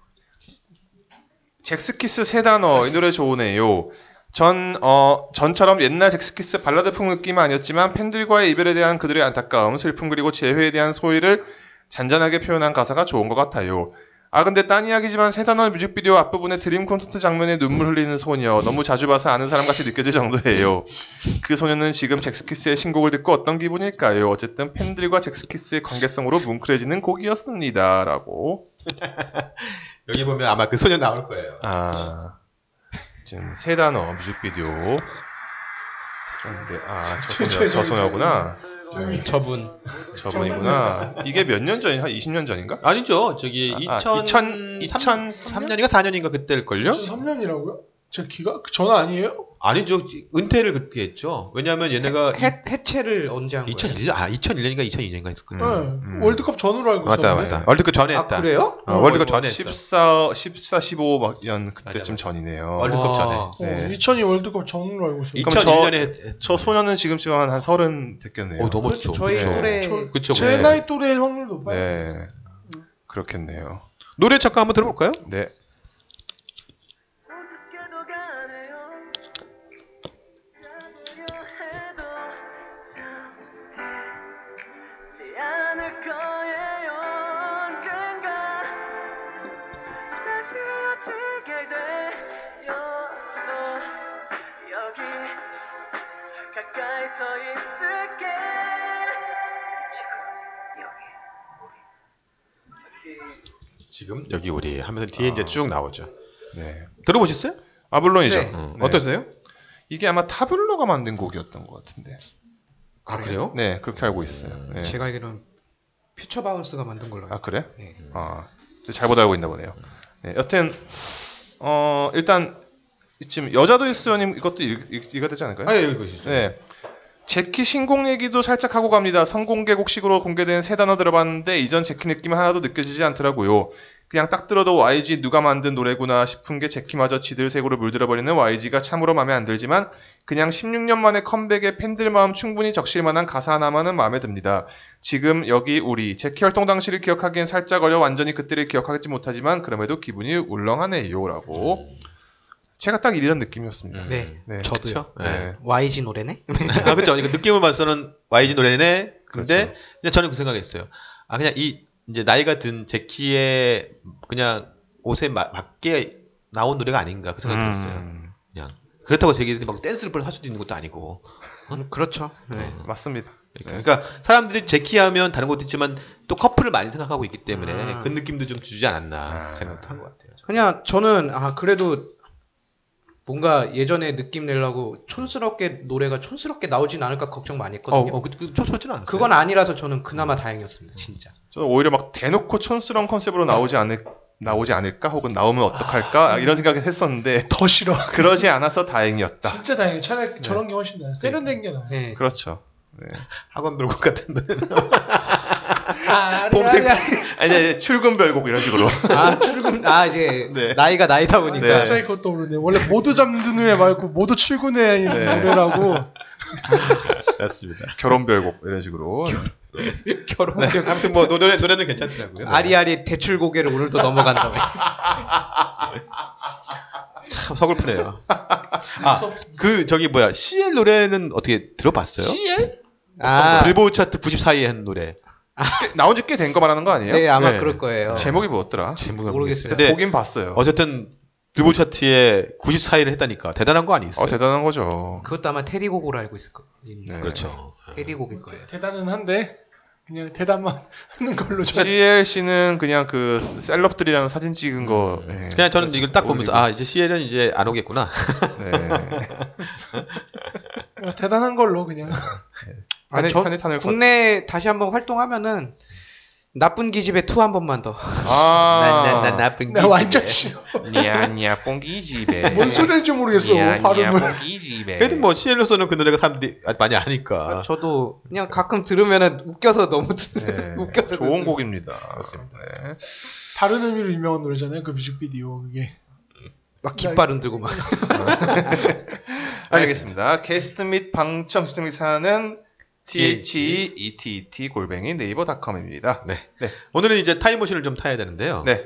잭스키스 세 단어 이 노래 좋으네요. 전 어, 전처럼 옛날 잭스키스 발라드풍 느낌은 아니었지만 팬들과의 이별에 대한 그들의 안타까움, 슬픔 그리고 재회에 대한 소위를 잔잔하게 표현한 가사가 좋은 것 같아요. 아 근데 딴 이야기지만 세 단어 뮤직비디오 앞부분에 드림 콘서트 장면에 눈물 흘리는 소녀 너무 자주 봐서 아는 사람 같이 느껴질 정도예요. 그 소녀는 지금 잭스키스의 신곡을 듣고 어떤 기분일까요? 어쨌든 팬들과 잭스키스의 관계성으로 뭉클해지는 곡이었습니다라고. 여기 보면 아마 그 소녀 나올 거예요. 아 지금 세 단어 뮤직비디오 그런데 아저 소녀 저 소녀구나 네. 저분 저분이구나 이게 몇 년 전이 한 20년 전인가? 아니죠. 저기 아, 아, 2000, 2000 3년인가 4년인가 그때일걸요? 3년이라고요? 제 키가 그 전 아니에요? 아니죠. 은퇴를 그렇게 했죠. 왜냐하면 얘네가 해, 해체를 언제 한 거예요? 2001년, 아, 2001년인가 2002년인가 했을 네. 거예요. 음. 월드컵 전으로 알고 있어요. 맞다, 맞다. 월드컵 전에 아 했다. 그래요? 어, 월드컵 전에 14 했어. 14 15년 그때쯤 맞아. 전이네요. 월드컵 와. 전에. 그러니까 네. 2002 어, 월드컵 전으로 알고 있어요. 이- 그럼 2001년에 했. 저 소녀는 지금쯤 한, 한 30 됐겠네요. 어, 넘었죠. 그렇죠. 저희 네. 노래 저- 그쵸. 제 네. 나이 또래일 확률 높아요. 네 음. 그렇겠네요. 노래 잠깐 한번 들어볼까요? 네. 않을 거예요 언젠가 다시 아치게 되어도 여기 가까이 서 있을게 지금 지금 여기 여기 우리 하면서 뒤에 이제 쭉 나오죠. 네. 아. 들어보셨어요? 아 물론이죠. 네. 음. 네. 어떠세요? 이게 아마 타블로가 만든 곡이었던 것 같은데. 아 그래요? 네, 그렇게 알고 있어요. 네. 제가 알기로는 퓨처 바운스가 만든 걸로 아 알고 그래? 네. 아, 잘못 알고 있나 보네요. 네, 여튼 어 일단 지금 여자도 있어요님 이것도 읽, 읽, 읽어야 되지 않을까요? 아, 예, 이거 진짜. 네. 제키 신곡 얘기도 살짝 하고 갑니다. 성공개곡식으로 공개된 세 단어 들어봤는데 이전 제키 느낌 하나도 느껴지지 않더라고요. 그냥 딱 들어도 YG 누가 만든 노래구나 싶은 게 제키마저 지들 색으로 물들어버리는 YG가 참으로 마음에 안 들지만 그냥 16년 만에 컴백에 팬들 마음 충분히 적실 만한 가사 하나만은 마음에 듭니다. 지금 여기 우리 제키 활동 당시를 기억하기엔 살짝 어려 완전히 그때를 기억하지 못하지만 그럼에도 기분이 울렁하네요라고 제가 딱 이런 느낌이었습니다. 음. 네. 네. 저도요. 네. 네. YG 노래네? 아, 그렇죠. 그러니까 느낌을 봐서는 YG 노래네. 근데 그렇죠. 그냥 저는 그 생각했어요. 아, 그냥 이 이제 나이가 든 제키의 그냥 옷에 마- 맞게 나온 노래가 아닌가 그 생각이 들었어요. 음, 그냥 그렇다고 되게 막 댄스를 할 수도 있는 것도 아니고. 음, 그렇죠. 네. 어. 맞습니다. 네. 그러니까 사람들이 제키 하면 다른 것도 있지만 또 커플을 많이 생각하고 있기 때문에 아. 그 느낌도 좀 주지 않았나 아. 생각도 한 것 같아요. 그냥 저는 아 그래도 뭔가 예전에 느낌 내려고 촌스럽게 노래가 촌스럽게 나오진 않을까 걱정 많이 어, 했거든요. 어, 그, 그, 초초진 않았어요. 음. 그건 아니라서 저는 그나마 다행이었습니다, 진짜. 저는 오히려 막 대놓고 촌스러운 컨셉으로 나오지 않을 나오지 않을까 혹은 나오면 어떡할까 이런 생각을 했었는데 더 싫어. 그러지 않아서 다행이었다. 진짜 다행이에요. 차라리 저런 게 훨씬 나아요. 세련된 게 나아요. 네. 그렇죠. 네. 학원 별곡 같은 노래. 아, 봄색 아니, 아니 출근 별곡 이런 식으로. 아 출근 아 이제 네. 나이가 나이다 보니까 네. 갑자기 그러니까 그것도 모르네. 원래 모두 잠든 후에 말고 모두 출근해 있는 네. 노래라고. 맞습니다. 결혼 별곡 이런 식으로. 결혼 네, 아무튼 뭐 노래 노래는 괜찮더라고요. 아리아리 대출 고개를 오늘 또 아, 넘어간다고. 참 서글프네요. 아, 그 저기 뭐야 CL 노래는 어떻게 들어봤어요? CL? 아, 빌보드 차트 94위에 한 노래 나온 지 꽤 된 거 말하는 거 아니에요? 네 아마 네. 그럴 거예요. 제목이 뭐였더라? 제목을 모르겠어요. 모르겠어요. 근데 보긴 봤어요. 어쨌든 빌보드 차트에 94위를 했다니까 대단한 거 아니겠어요? 어, 대단한 거죠. 그것도 아마 테디 고고로 알고 있을 거예요. 네. 그렇죠. 테디 고일 거예요. 대단은 한데 그냥 대단만 하는 걸로 저 CLC는 그냥 그 셀럽들이랑 사진 찍은 거. 예. 그냥 저는 이걸 딱 어울리고. 보면서 아 이제 CL은 이제 안 오겠구나. 네. 어, 대단한 걸로 그냥 한해 저- 한해 탄을 걷. 국내 다시 한번 활동하면은 나쁜 기집애 2한 번만 더. 난난 아. 나쁜 나 완전 싫어. 니야니야 뽕기집에. 뭔 소리인지 모르겠어. 발음을. 뽕기집에. 그래도 뭐 CL로서는 그 노래가 사람들이 아- 많이 아니까. 저도 그냥 가끔 들으면은 웃겨서 너무 듣는 웃겨서 네. 좋은 듣는. 곡입니다. 맞습니다. 네. 다른 의미로 유명한 노래잖아요. 그 뮤직비디오 그게. 막 깃발 흔들고 막. 알겠습니다. 게스트 및 방청 시청 사는 e THEETT 골뱅이 네이버닷컴입니다. 네. 네. 오늘은 이제 타임머신을 좀 타야 되는데요. 네.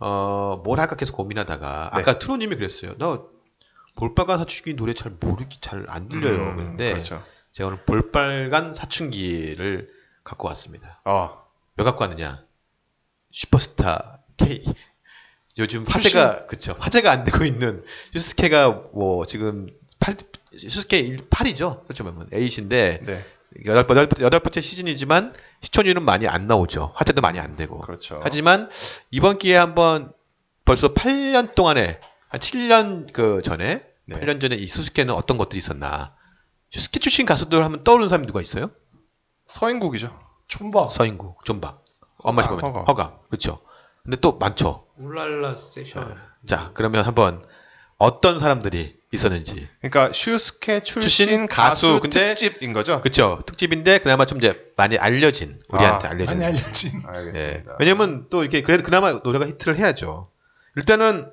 어, 뭘 할까 계속 고민하다가 네. 아까 트로님이 그랬어요. 나 볼빨간 사춘기 노래 잘 모르기 잘 안 들려요. 음, 근데 그렇죠. 제가 오늘 볼빨간 사춘기를 갖고 왔습니다. 어. 왜 갖고 왔느냐? 슈퍼스타 K. 요즘 출신? 화제가 그쵸 화제가 안 되고 있는 슈스케가 뭐 지금 팔 슈스케 8이죠 그렇죠 뭐 에이신데 네. 여덟, 여덟, 여덟 번째 시즌이지만 시청률은 많이 안 나오죠. 화제도 많이 안 되고. 그렇죠. 하지만 이번 기회에 한번 벌써 8년 동안에 한 7년 그 전에 네. 8년 전에 이 수수께는 어떤 것들이 있었나. 수수께 출신 가수들 하면 떠오르는 사람이 누가 있어요? 서인국이죠. 촌바. 서인구, 존박, 엄마 어. 허각, 허가, 허가. 허각. 허가. 그렇죠. 근데 또 많죠. 울랄라 세션. 자, 그러면 한번 어떤 사람들이 있었는지. 그러니까 슈스케 출신, 출신 가수, 가수 근데- 특집인 거죠. 그렇죠. 특집인데 그나마 좀 이제 많이 알려진 우리한테 아, 알려진 많이 알려진. 예. 알겠습니다. 왜냐면 또 이렇게 그래도 그나마 노래가 히트를 해야죠. 일단은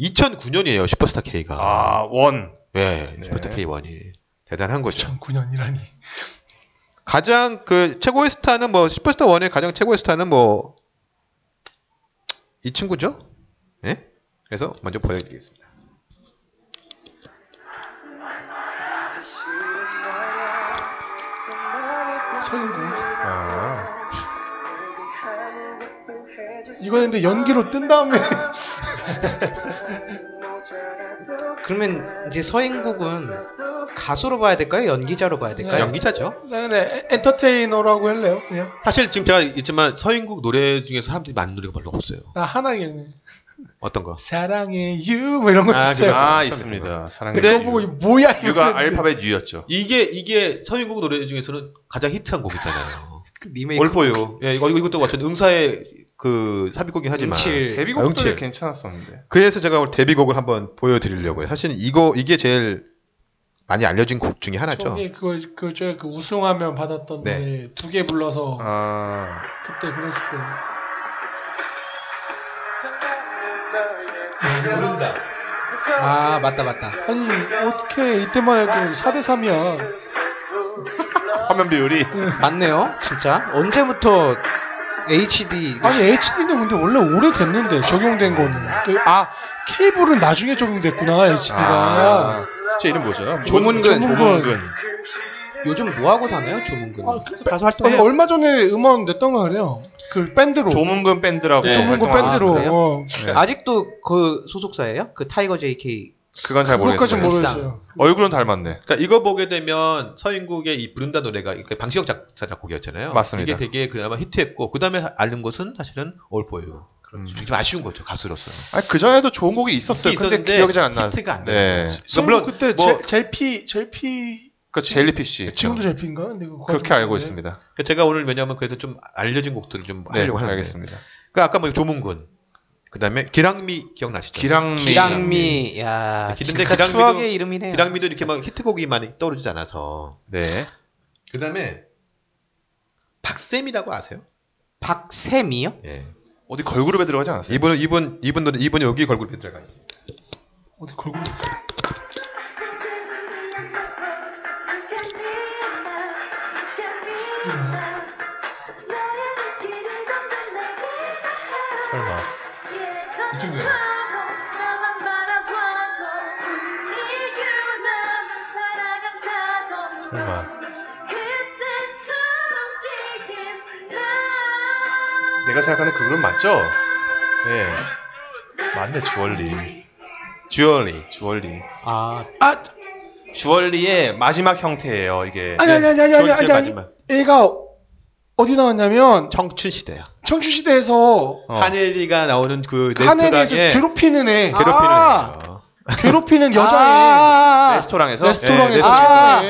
2009년이에요 슈퍼스타 K가. 아, 원. 예, 네. 슈퍼스타 K 원이 대단한 거죠. 2009년이라니. 가장 그 최고의 스타는 뭐 슈퍼스타 원의 가장 최고의 스타는 뭐 이 친구죠. 예? 그래서 먼저 보여드리겠습니다. 서인국. 아. 이거 근데 연기로 뜬 다음에 그러면 이제 서인국은 가수로 봐야 될까요? 연기자로 봐야 될까요? 네. 연기자죠. 나 그냥 에- 엔터테이너라고 할래요. 그냥 사실 지금 제가 있지만 서인국 노래 중에 사람들이 많은 노래가 별로 없어요. 나 하나 기억네. 어떤 거? 사랑해요 뭐 이런 거 아, 있어요. 그래요? 아 그렇죠, 있습니다. 사랑해. 근데 이거 보고 이거 뭐야 이거 유가 그랬는데. 알파벳 U였죠. 이게 이게 서인국 노래 중에서는 가장 히트한 곡이잖아요. 그 리메이크 올포유. 예, 이거 이것도 완전 응사의 그 삽입곡이긴 하지만 응칠. 아, 데뷔곡도 응칠. 아, 괜찮았었는데. 그래서 제가 오늘 데뷔곡을 한번 보여드리려고요. 사실 이거 이게 제일 많이 알려진 곡 중에 하나죠. 저기 그거 그저그 우승하면 받았던 네. 노래 두 개 불러서 아 그때 그랬을 거예요. 네. 모른다. 아 맞다 맞다 아니 어떻게 이때만 해도 4대 3이야. 화면 비율이 맞네요 진짜 언제부터 HD 아니 HD는 근데 원래 오래됐는데 적용된 거는. 그, 아 케이블은 나중에 적용됐구나 HD가. 아, 제 이름 뭐죠? 조문근. 조문근. 요즘 뭐 하고 사나요 조문근? 아, 그 그래서 가수 활동해요? 얼마 전에 음원 냈던가 그래요. 그 밴드로. 조문근 밴드라고. 네, 조문고 활동하고 밴드로. 있는데요. 어. 네. 아직도 그 소속사예요? 그 타이거 JK 그건 잘 그것까지 모르겠어요. 모르- 모르겠어요. 얼굴은 닮았네. 그러니까 이거 보게 되면 서인국의 이 부른다 노래가 그러니까 방시혁 작사 작곡이었잖아요. 맞습니다. 이게 되게 그나마 히트했고 그 다음에 아는 것은 사실은 올포유. 그렇죠. 음, 좀 아쉬운 거죠 가수로서. 아, 그 전에도 좋은 곡이 있었어요. 있긴 근데 있었는데 기억이 잘 안 나. 히트가 안 네. 나요. 그 물론 물론 그때 뭐- 제- 젤피 젤피 그 젤리피쉬. 지금도 젤피인가? 근데 그거 그렇게 가지고 알고 있는데. 있습니다. 그러니까 제가 오늘 왜냐하면 그래도 좀 알려진 곡들을 좀 네, 하려고 하는데. 알겠습니다. 그러니까 아까 뭐 조문군. 그 다음에 기랑미 기억나시죠? 기랑미. 기랑미 야 근데 진짜 기랑미도- 추억의 이름이네요 기랑미도 이렇게 막 히트곡이 많이 떠오르지 않아서. 네. 그 다음에 박쌤이라고 아세요? 박샘이요? 예. 어디 걸그룹에 들어가지 않았어요? 이분은 이분 이분 노래 이분 여기 걸그룹에 들어가 있어요. 어디 걸그룹 설마. 이 친구야. 설마. 내가 생각하는 그 그룹 맞죠? 네. 맞네, 주얼리. 주얼리. 주얼리. 아 아 주얼리의 마지막 형태예요, 이게. 아니 네, 아니 아니 아니 아니 아니, 주얼리의 아니 마지막. 얘가 어디 나왔냐면 청춘 시대야. 청춘시대에서 어. 하늘이가 어. 나오는 그 하늘에서 레스토랑에 괴롭히는 애 괴롭히는 아! 애예요. 괴롭히는 여자애 아, 레스토랑에서? 예, 레스토랑에서 레스토랑. 아~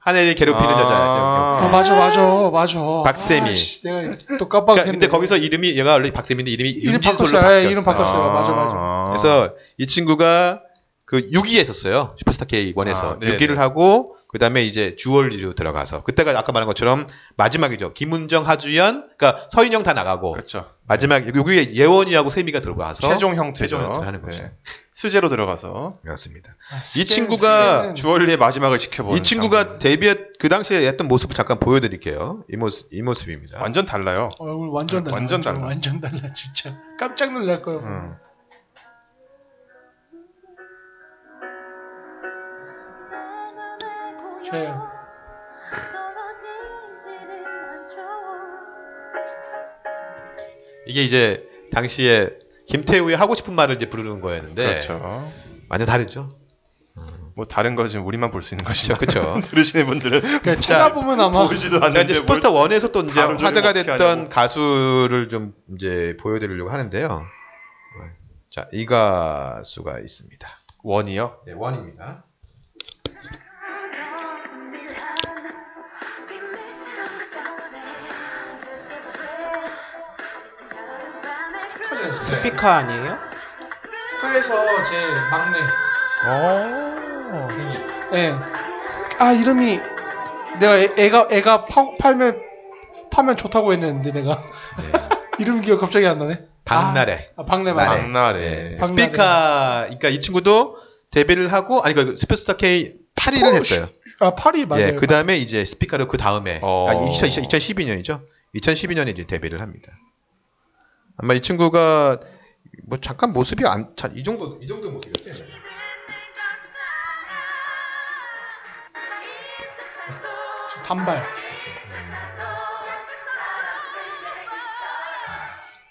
하늘이 괴롭히는 아. 여자. 그러니까 아, 맞아 맞아 맞아 박세미. 아, 씨, 내가 그러니까 또 깜빡했네 아, 근데 거기서 이름이 얘가 원래 박쌤인데 이름이 이름 윤진솔로 바꿨어요. 바뀌었어요. 예, 이름 바꿨어요. 맞아, 맞아. 그래서 이 친구가 그 6위에 있었어요. 슈퍼스타 아, K1에서 네네. 6위를 하고 그다음에 이제 주얼리로 들어가서 그때가 아까 말한 것처럼 마지막이죠. 김은정, 하주연, 그러니까 서인영 다 나가고 그렇죠. 마지막 여기에 예원이하고 세미가 들어가서 최종 네, 형태죠. 최종 형태를 하는 거죠. 수제로 들어가서 그렇습니다. 아, 이 세미는- 친구가 주얼리의 마지막을 지켜보는 이 친구가 장면. 데뷔했 그 당시에 했던 모습을 잠깐 보여드릴게요. 이 모습 이 모습입니다. 완전 달라요. 어, 얼굴 완전 달라 완전 달라. 완전 달라 진짜 깜짝 놀랄 거예요 음. 저요. 이게 이제 당시에 김태우의 하고 싶은 말을 이제 부르는 거였는데 그렇죠. 완전 다르죠. 뭐 다른 거지 우리만 볼 수 있는 것이죠. 그렇죠. 들으시는 분들은 그러니까 찾아보면 뭐, 아마 보시지도 제가 그러니까 이제 않는데 뭘 슈퍼스타 1에서 또 이제 다른 소리를 화제가 어떻게 됐던 하냐고. 가수를 좀 이제 보여드리려고 하는데요. 자, 이 가수가 있습니다. 원이요? 네, 원입니다. 그 스피커 아니에요? 학교에서 제 막내 어. 예. 아 이름이 내가 애, 애가 애가 파, 팔면 파면 좋다고 했는데 내가 네, 이름 기억 갑자기 안 나네. 박나래. 아, 박내 나래. 맞아. 박나래. 박- 박나래. 네, 스피커, 그러니까 이 친구도 데뷔를 하고, 아니, 그 스페스타 K 8위를 했어요. 아 파리 맞아요. 예, 그 다음에 이제 스피커로 그 다음에, 어. 아, 2012년이죠. 2012년에 이제 데뷔를 합니다. 아마 이 친구가 뭐 잠깐 모습이 안, 자, 이 정도, 이 정도 모습이었어요. 네. 좀 단발.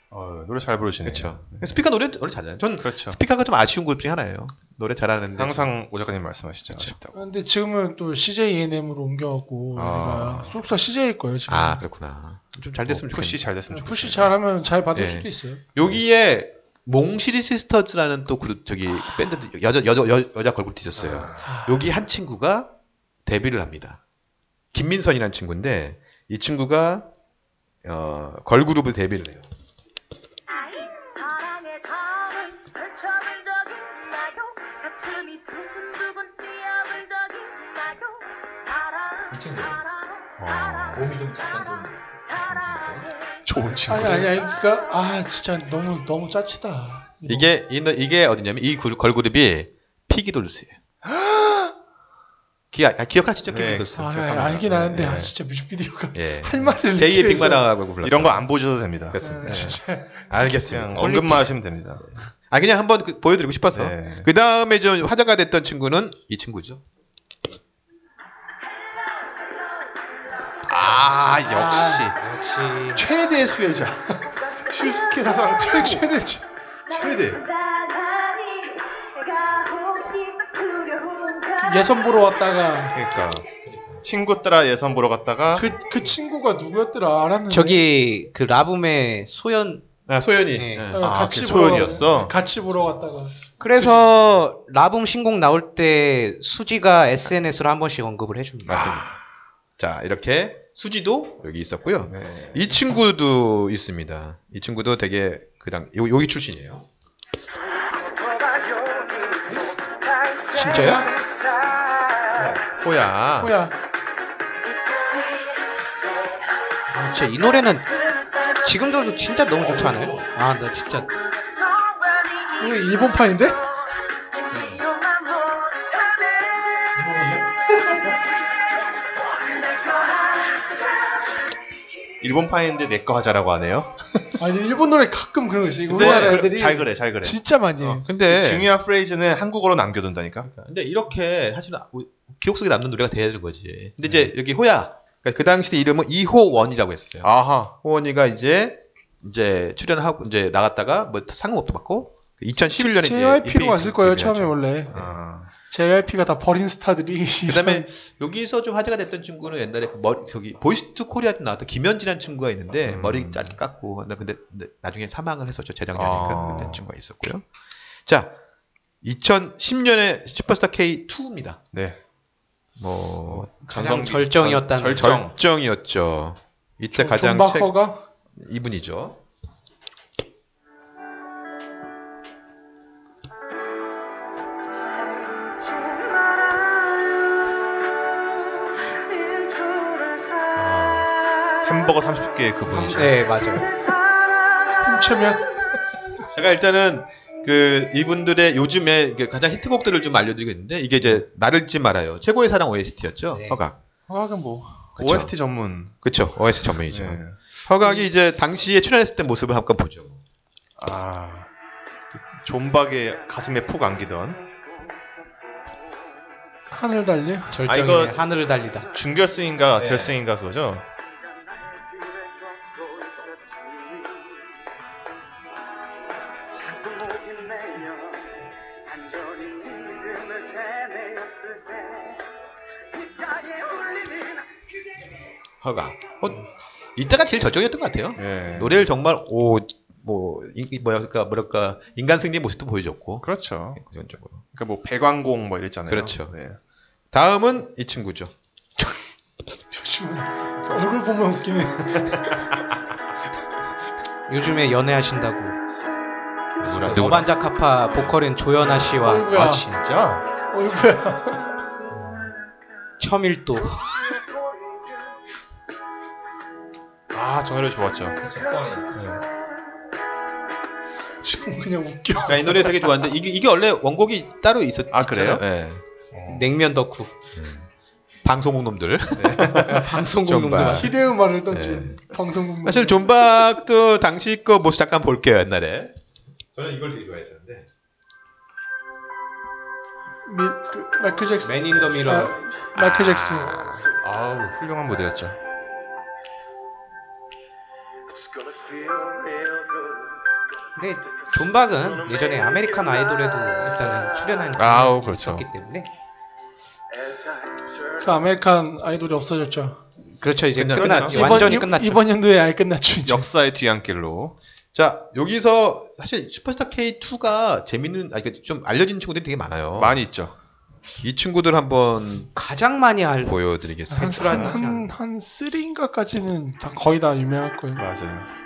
어, 노래 잘 부르시네. 그렇죠. 스피커 노래 원래 잘해요. 전 그렇죠. 스피커가 좀 아쉬운 그룹 중에 하나예요. 노래 잘하는데 항상 오 작가님 말씀하시죠. 아쉽다고. 근데 지금은 또 CJ ENM으로 옮겨갖고 아. 우리가 소속사 CJ일 거예요 지금. 뭐 아 그렇구나. 좀 잘 됐으면 푸시 좋겠네. 잘 됐으면 좋겠어요. 푸시 잘하면 잘 받을 예. 수도 있어요. 여기에 몽시리 시스터즈라는 또 그룹 저기 밴드 여자 여자 여, 여자 걸그룹도 있었어요. 여기 한 친구가 데뷔를 합니다. 김민선이라는 친구인데 이 친구가 어, 걸그룹으로 데뷔를 해요. 사랑의 잠은 펼쳐본 적 있나요? 가슴이 두근두근 뛰어본 적 있나요? 사랑, 미친 거예요. 사랑, 어. 사랑, 몸이 좀 약간 좀 사랑해. 좋은 아니 친구들. 아니 아니 그러니까 아 진짜 너무 너무 짜치다. 이거. 이게 이, 노- 이게 어디냐면 이 그룹- 걸그룹이 피기돌스예요. 기억 아, 기억하시죠? 네. 피기돌스. 아, 기억하나요? 아, 알긴 아는데 아 예. 진짜 뮤직비디오가 예. 할 말을 제2의 이렇게 해서. 빅마라고 불렀어요. 이런 거 안 보셔도 됩니다. 그렇습니다. 네. 예. 진짜 그냥 알겠습니다. 언급만 하시면 됩니다. 아 그냥 한번 그- 보여드리고 싶어서. 네. 그 다음에 좀 화제가 됐던 친구는 이 친구죠. 아 역시 역시 최대 수혜자 슈스케 사상 최, 최대 최대. 나란히 내가 혹시 두려운 예선 보러 왔다가 그러니까 친구 따라 예선 보러 갔다가 그 그 친구가 누구였더라 알았는데 저기 그 라붐의 소연 아 소연이. 네. 예. 어, 아, 같이 그 보러- 소연이었어? 같이 보러 갔다가 그래서 라붐 신곡 나올 때 수지가 SNS로 한 번씩 언급을 해줍니다. 맞습니다. 자 이렇게 수지도 여기 있었고요. 네. 이 친구도 있습니다. 이 친구도 되게 그당 요 여기 출신이에요. 진짜야? 호야. 뭐야? 아, 진짜 이 노래는 지금 들어도 진짜 너무 좋지 않아요? 아, 나 진짜 이거 일본판인데? 네. 일본 파인데 내 거 하자라고 하네요. 아니 일본 노래 가끔 그런 거 있어. 이거 근데 우리나라 그- 애들이 잘 그래, 잘 그래. 진짜 많이 해. 어. 근데 중요한 프레이즈는 한국어로 남겨둔다니까. 근데 이렇게 사실은 우- 기억 속에 남는 노래가 돼야 되는 거지. 근데 이제 여기 호야. 그러니까 그 당시 이름은 이호원이라고 네. 했어요. 아하. 호원이가 이제 이제 출연하고 이제 나갔다가 뭐 상금업도 받고 그 2011년에 JYP로 갔을 거예요 처음에 원래. 아. JYP가 다 버린 스타들이 그다음에 여기서 좀 화제가 됐던 친구는 옛날에 그 머리 저기 보이스투 코리아 좀 나왔던 김현진이라는 친구가 있는데 음. 머리 짧게 깎고 근데, 근데 근데 나중에 사망을 했었죠 아. 재작년인가 그때 친구가 있었고요. 자 2010년에 슈퍼스타 K 2입니다. 네. 뭐 가장 전성기- 절정이었다는 절- 절정. 절정이었죠. 이때 가장 존 책- 바커가 이분이죠. 아. 햄버거 30개 그분이죠. 네, 맞아요. 훔치면 제가 일단은 그 이분들의 요즘에 이게 가장 히트곡들을 좀 알려드리고 있는데 이게 이제 나를 잊지 말아요. 최고의 사랑 OST였죠. 네. 허각. 아, 그럼 뭐. 그쵸. OST 전문. 그렇죠. OST 전문이죠. 네. 허각이 이제 당시에 출연했을 때 모습을 한번 보죠. 아. 그 존박의 가슴에 푹 안기던 하늘 달리. 절정의 아, 이거- 하늘을 달리다. 중결승인가 네. 결승인가 그거죠? 허각. 어, 이때가 제일 절정이었던 것 같아요. 네. 예. 노래를 정말 오뭐 뭐랄까 뭐랄까 인간 승리의 모습도 보여줬고 그렇죠. 네, 그런 쪽으로. 그러니까 뭐 배광공 뭐 이랬잖아요. 그렇죠. 네. 다음은 이 친구죠. 저 친구 그러니까 얼굴 보면 웃기네. 요즘에 연애하신다고. 누구라 어반자카파 보컬인 조연아 씨와 어이구야. 아 진짜? 얼굴. 첨일도. 아 저 노래 좋았죠. 지금 그냥 웃겨. 그러니까 이 노래 되게 좋았는데 이게, 이게 원래 원곡이 따로 있었. 아, 그래요? 네. 있잖아요. 예. 냉면 덕후. 방송국 놈들. 네. 방송국 놈들. 정말. 아시- 희대의 말을 던진 방송국. 네. 사실 존박도 당시 거 모습 잠깐 볼게요 옛날에. 저는 이걸 되게 좋아했었는데. 미, 그, 마이클 잭슨. 네. 맨 인 더 미러. 아, 마이클 잭슨. 아우 훌륭한 무대였죠. 근데 존박은 예전에 아메리칸 아이돌에도 일단은 출연한 아우, 경험이 그렇죠. 있었기 때문에 그 아메리칸 아이돌이 없어졌죠. 그렇죠 이제 그냥 끝났지 끝났죠. 완전히 이- 끝났죠. 이번 연도에 아예 끝났죠. 이제. 역사의 뒤안길로 자, 여기서 사실 슈퍼스타 K2가 재밌는, 아, 그러니까 좀 알려진 친구들이 되게 많아요. 많이 있죠. 이 친구들 한번 가장 많이 뭐, 알고 보여드리겠습니다. 산출한- 한한 3인가까지는 다 거의 다 유명할 거예요. 맞아요.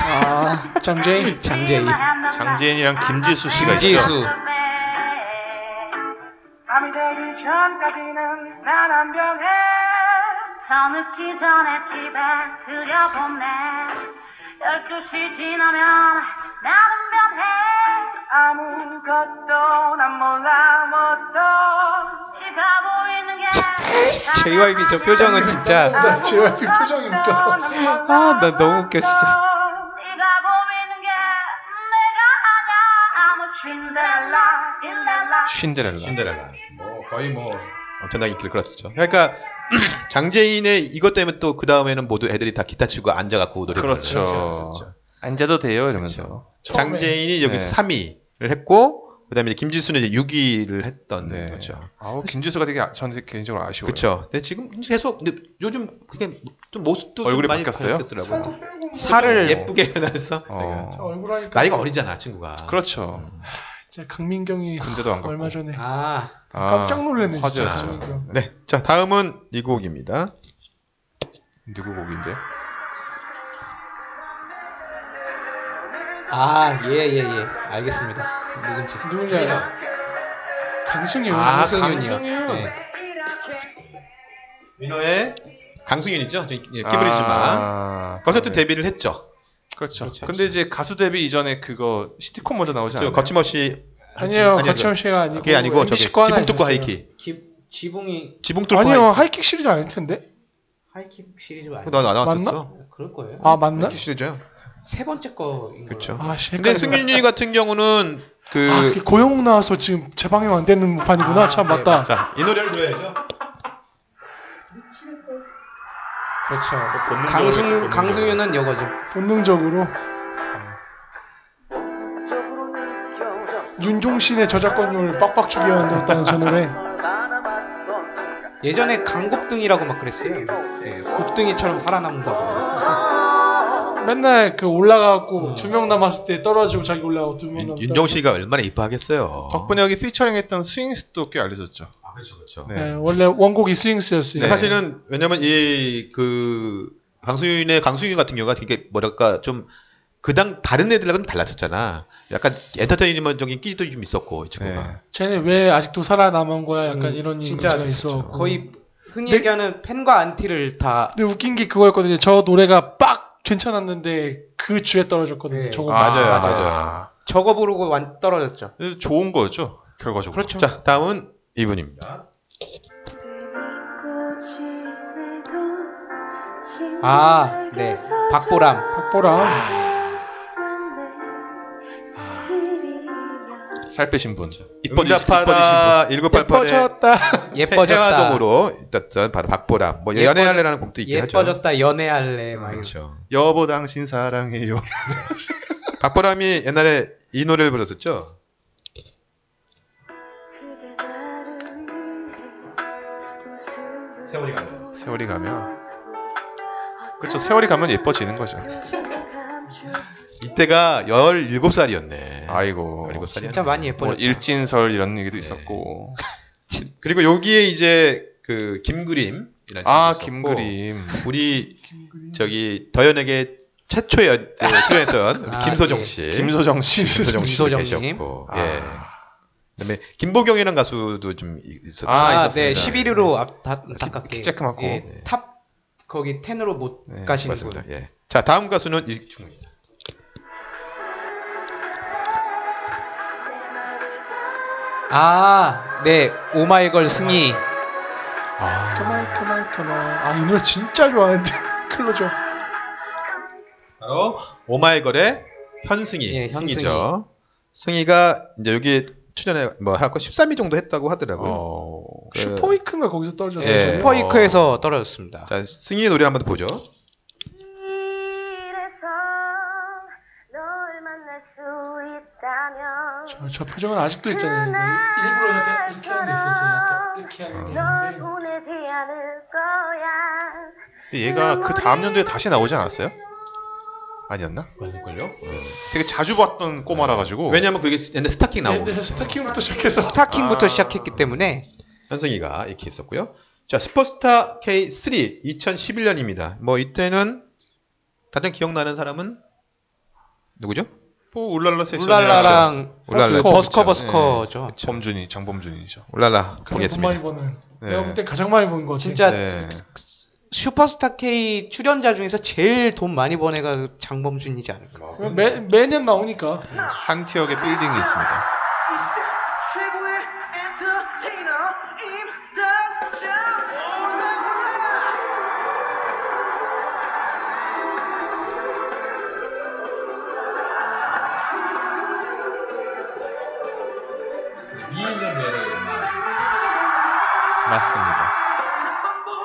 아, 장제인. 장제인. 장재인이랑 김지수 씨가 있죠. 김지수. 밤이 되기 전까지는 난 안병해 저 늦기 전에 집에 들여보내 12시 지나면 나는 변해 아무것도 난 몰라 뭐 못도 네가 보이는 게 JYP 저 표정은 진짜 나 JYP 표정이 웃겨서. 아, 나 너무 웃겨, 진짜. 네가 보이는 게 내가 아냐 아무 신데렐라 일렐라 신데렐라. 신데렐라. 뭐 거의 뭐 엄청나게 인기를 끌었었죠. 그러니까 장재인의 이것 때문에 또 그 다음에는 모두 애들이 다 기타 치고 앉아갖고 노래 부르는 그렇죠. 그런 시간이 있었죠. 앉아도 돼요 이러면서. 처음에. 장재인이 여기서 네. 3위를 했고 그다음에 이제 김지수는 이제 6위를 했던 네. 거죠. 아우 김지수가 되게 아- 저는 개인적으로 아쉬워요. 그렇죠. 근데 지금 계속 근데 요즘 그게 좀 모습도 얼굴이 좀 많이 바뀌었어요? 바뀌었더라고요. 빼고 뭐 살을 예쁘게 해놔서 어. 얼굴 하니까 나이가 어리잖아 친구가. 그렇죠. 진짜 강민경이 군대도 안 얼마 갔고. 전에 아 아, 깜짝 놀랐네. 진짜 아, 화제였죠. 강민경. 네. 자 다음은 이 곡입니다. 누구 곡인데? 아, 예, 예, 예. 알겠습니다. 누군지. 누군지 알아요? 강승윤. 아, 강승윤이요. 강승윤. 네. 민호의 강승윤이죠. 저, 예, 기브리즈만 아, 어쨌든 네. 데뷔를 했죠. 그렇죠. 그렇죠. 근데 이제 가수 데뷔 이전에 그거 시티콘 먼저 나오지 저 않아요? 그렇죠. 거침없이 아니에요. 아니요, 거치엄 씨가 아니고. 그게 아니고 저기 MBC 거 하나 지붕 뚫고 있었어요. 하이킥. 기, 지붕이 지붕 뚫고 아니요, 하이킥. 하이킥 시리즈 아닐 텐데. 하이킥 시리즈 아니에요? 나나 나왔었어. 맞나? 그럴 거예요. 아 맞나? 하이킥 시리즈요. 세 번째 거인 거. 그쵸. 아 씨. 근데 헷갈리네. 승윤이 같은 경우는 그 아, 아, 그 고용 나와서 지금 제 방에 안 되는 판이구나. 참 네, 맞다. 자, 이 노래를 들어야죠. 그렇죠. 본능적으로 그렇죠, 강승 본능적으로. 강승윤은 여거죠. 본능적으로 윤종신의 저작권료를 빡빡 주게 만들었다는 저 노래. 예전에 강곱등이라고 막 그랬어요. 네, 곱등이처럼 살아남는다고. 맨날 그 올라가고 어. 두 명 남았을 때 떨어지고 자기 올라가고 두 명 남았다. 음. 윤정 씨가 얼마나 이뻐하겠어요. 덕분에 여기 피처링했던 스윙스도 꽤 알려졌죠. 아, 그렇죠, 그렇죠. 네. 네, 원래 원곡이 스윙스였어요. 네. 사실은 왜냐면 이 그 강수윤의 강수윤 같은 경우가 되게 뭐랄까 좀 그 당 다른 애들하고는 달라졌잖아. 약간 엔터테인먼트적인 끼도 좀 있었고 이 친구가. 네. 쟤네 왜 아직도 살아남은 거야? 약간 음, 이런 진짜 얘기가 있어. 음. 거의 흔히 네. 얘기하는 팬과 안티를 다 근데 웃긴 게 그거였거든요. 저 노래가 빡 괜찮았는데 그 주에 떨어졌거든요. 네. 저거 아, 맞아요, 맞아요. 맞아요. 저거 부르고 완 떨어졌죠. 그래서 좋은 거죠 결과적으로. 그렇죠. 자, 다음은 이분입니다. 아, 네. 박보람. 아. 박보람. 살 빼신 분. 이뻐지- 이뻐지신 응답하다 1988의 예뻐졌다. 예뻐졌다. 해화동으로 있었던 바로 박보람. 뭐 예뻐- 연애할래라는 곡도 있긴 하죠. 예뻐졌다. 연애할래. 막 이런. 그렇죠. 분. 여보 당신 사랑해요. 박보람이 옛날에 이 노래를 불렀었죠. 세월이 가면. 세월이 가면 그렇죠. 세월이 가면 예뻐지는 거죠. 이때가 예. 17살이었네. 아이고. 예. 17살이었네. 진짜 많이 뭐 예뻐졌다. 일진설 이런 얘기도 있었고. 그리고 여기에 이제 그 김그림이라는 아 친구가 있었고 김그림. 우리 저기 더현에게 최초에 연- 저 출연했던 우리 아, 김소정 예. 씨. 김소정 씨. 김소정 씨도 김소정 계셨고. 님. 예. 아. 그다음에 김보경이라는 가수도 좀 있었고. 아, 아, 네. 있었습니다. 11위로 앞, 다, 안타깝게. 예, 키 쬐끄맣고. 네. 탑 거기 10으로 못 네, 가신 분. 맞습니다. 예. 자, 다음 가수는 이 친구입니다. 아, 네. 오마이걸 승희. 그만 그만 그만. 아이 노래 진짜 좋아하는데 클로저. 바로 오마이걸의 현승이. 예, 현승이. 승이죠. 승이가 이제 여기 출연해 뭐 하고 13위 정도 했다고 하더라고요. 어. 그- 슈퍼위크인가 거기서 떨어져서. 예. 슈퍼- 슈퍼이크에서 떨어졌습니다. 자, 승희의 노래 한번 보죠. 이래서 널 만날 수 있다면 저, 저 표정은 아직도 있잖아요. 이거. 일부러 약간 네. 이렇게 하는 데 있어서 약간 이렇게 하는 게 널 있는데 보내지 않을 거야 근데 얘가 그 다음 연도에 다시 나오지 않았어요? 아니었나? 맞는걸요? 되게 자주 봤던 꼬마라 가지고. 어. 왜냐면 그게 옛날 스타킹 나오고 근데 네, 스타킹부터 시작해서 스타킹부터 아. 시작했기 때문에 현승이가 이렇게 있었고요. 자, 슈퍼스타 K3 2011년입니다. 뭐 이때는 가장 기억나는 사람은 누구죠? 뭐 울랄라 세션이랑 울랄라랑 그렇죠. 울랄라. 예. 그 버스커 그렇죠. 버스커죠. 저 범준이 장범준이죠. 올라라 가장 보겠습니다. 많이 버는 네. 내가 볼때 가장 많이 버는 거 같아. 진짜 네. 슈퍼스타 K 출연자 중에서 제일 돈 많이 번 애가 장범준이지 않을까. 아, 매, 매년 나오니까 한 티역의 빌딩이 있습니다. 최고의 엔터테이너인 어, 네, 당장 예. 맞습니다. 뭐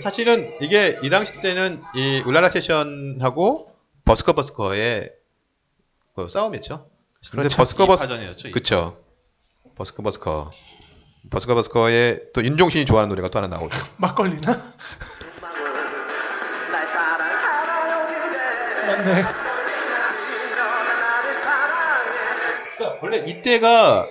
사실은 이게 이 당시 때는 이 울랄라 세션하고 버스커 버스커의 그 싸움이었죠. 근데 버스커 버스 그렇죠. 전이었죠. 그쵸. 버스커 버스커. 버스커 버스커의 또 윤종신이 좋아하는 노래가 또 하나 나오고. 막걸리나 날 사랑하라 여기네 맞네. 나를 사랑해 그러니까 원래 이때가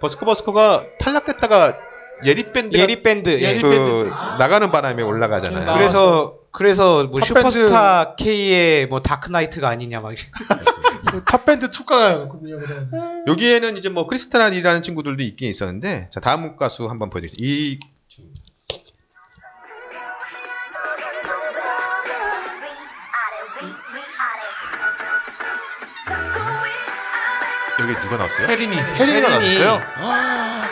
버스커 버스커가 탈락됐다가 예리 밴드 예리 밴드. 예. 예리 그 나가는 바람에 올라가잖아요. 나와. 그래서 그래서 그래서 뭐 탑 밴드. 슈퍼스타 K의 뭐 다크나이트가 아니냐 막 이렇게. 그 탑밴드 투가였거든요. 그다음. 여기에는 이제 뭐 크리스타란이라는 친구들도 있긴 있었는데 자 다음 가수 한번 보여드리겠습니다. 이 여기 누가 나왔어요? 혜린이 혜린이가 혜린이. 나왔어요? 아,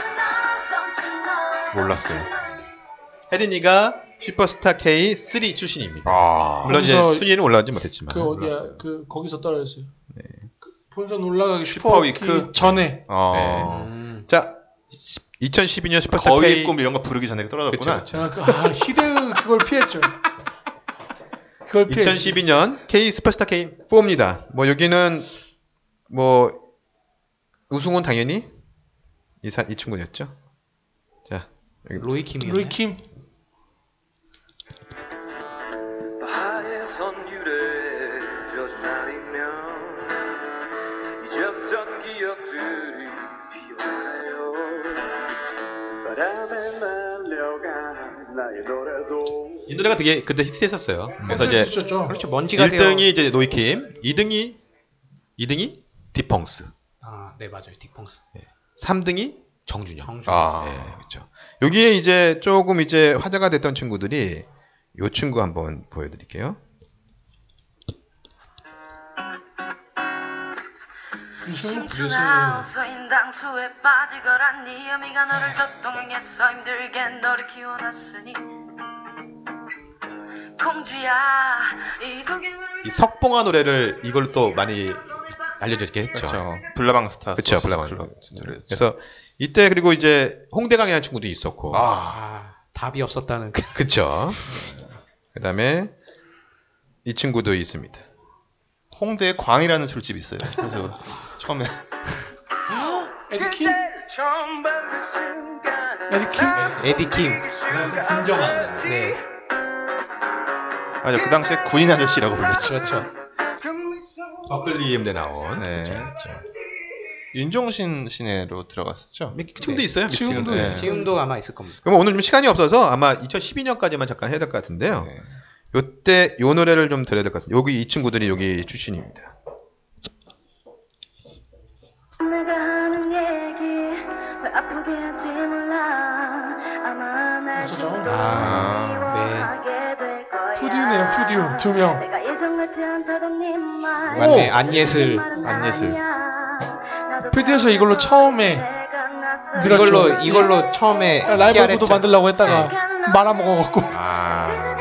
몰랐어요. 혜린이가 슈퍼스타 K 3 출신입니다. 아, 물론 이제 그래서 순위는 올라오지 못했지만 그 어디야 올라왔어요. 그 거기서 떨어졌어요. 그 본선 올라가기 슈퍼위크? 슈퍼위크 전에 어, 자 2012년 슈퍼스타 거의 K 꿈 이런 거 부르기 전에 떨어졌구나. 그쵸, 제가 그, 아 히데우 그걸 피했죠. 그걸 피해. 2012년 K 슈퍼스타 K 4입니다. 뭐 여기는 뭐 우승은 당연히 이, 사, 이 친구였죠. 자 여기 로이 킴이. 루이킴 바의 선율에 젖날이면 잊었던 기억들이 피어나요 바람에 날려간 나의 노래도 이 노래가 되게 그때 히트했었어요. 그래서 이제 주셨죠. 그렇죠. 먼지가 돼요. 1등이 이제 노이킴, 2등이 2등이 디펑스, 아, 네 맞아요. 딕펑스. 3등이 정준영. 정준영. 아, 네, 그렇죠. 여기에 이제 조금 이제 화제가 됐던 친구들이 요 친구 한번 보여드릴게요. 유승 유승 춤추나 어서인 당수에 빠지거라 네 어미가 너를 저동행해서 힘들게 너를 키워놨으니 공주야 이 독일을 이 석봉아 노래를 이걸 또 많이 알려졌게 했죠. 그렇죠. 블라방 스타. 그쵸, 블라방 스타. 그래서 이때 그리고 이제 홍대강이라는 친구도 있었고, 아, 아, 답이 없었다는 그 그쵸. 그다음에 이 친구도 있습니다. 홍대에 광이라는 술집이 있어요. 그래서 처음에 에디킴 처음 받은 순간 에디킴 네, 네, 에디 킴. 김정환 네. 맞아 그 당시에 군인 아저씨라고 불렀죠. 그렇죠. 버클리 MD 나온. 네. 윤종신 시내로 들어갔었죠. 지금도 있어요. 지금도 네. 있어요. 지금도 아마 있을 겁니다. 그럼 오늘 좀 시간이 없어서 아마 2012년까지만 잠깐 해야 될 것 같은데요. 네. 요때 요 노래를 좀 들어야 될 것 같습니다. 여기 이 친구들이 여기 출신입니다. 내가 하는 얘기 왜 아프게 할지 몰라 아마 날 웃어줘. 좀더 아, 네. 미워하게 될 거야 푸듀네요, 푸듀. 두 명. 내가 예전 같지 않다던 네말 맞네. 안예슬. 안예슬. 푸듀에서 이걸로 처음에 들었죠. 이걸로 이걸로 처음에 그렇죠. 라이브 PR했죠. 구도 만들려고 네. 했다가 말아먹어갖고 아,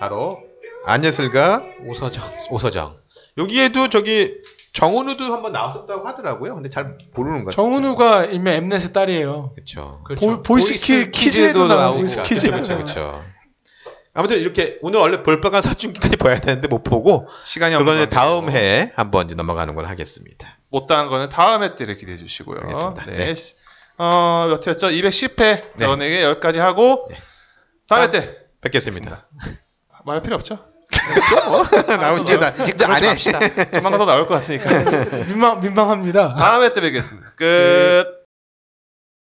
바로 안예슬과 오서정. 오서정. 여기에도 저기 정은우도 한번 나왔었다고 하더라고요. 근데 잘 모르는 것 같아요. 정은우가 일명 엠넷의 딸이에요. 그렇죠. 보- 보이스 키- 키즈에도 나오고 보이스 키즈. 그렇죠, 그렇죠. 아무튼 이렇게 오늘 원래 볼빨간 사춘기까지 봐야 되는데 못 보고 시간이 없는 그거는 관계로. 다음 해에 한번 이제 넘어가는 걸 하겠습니다. 못다한 거는 다음에 때를 기대해 주시고요. 알겠습니다. 네. 네. 어, 몇 회였죠? 210회. 네. 연에게 여기까지 하고 네. 다음에 다음- 때 뵙겠습니다. 말할 필요 없죠? 나 이제 나 이제 안 해. 조만간 더 나올 것 같으니까. 민망 민망합니다. 다음에 때 뵙겠습니다. 끝.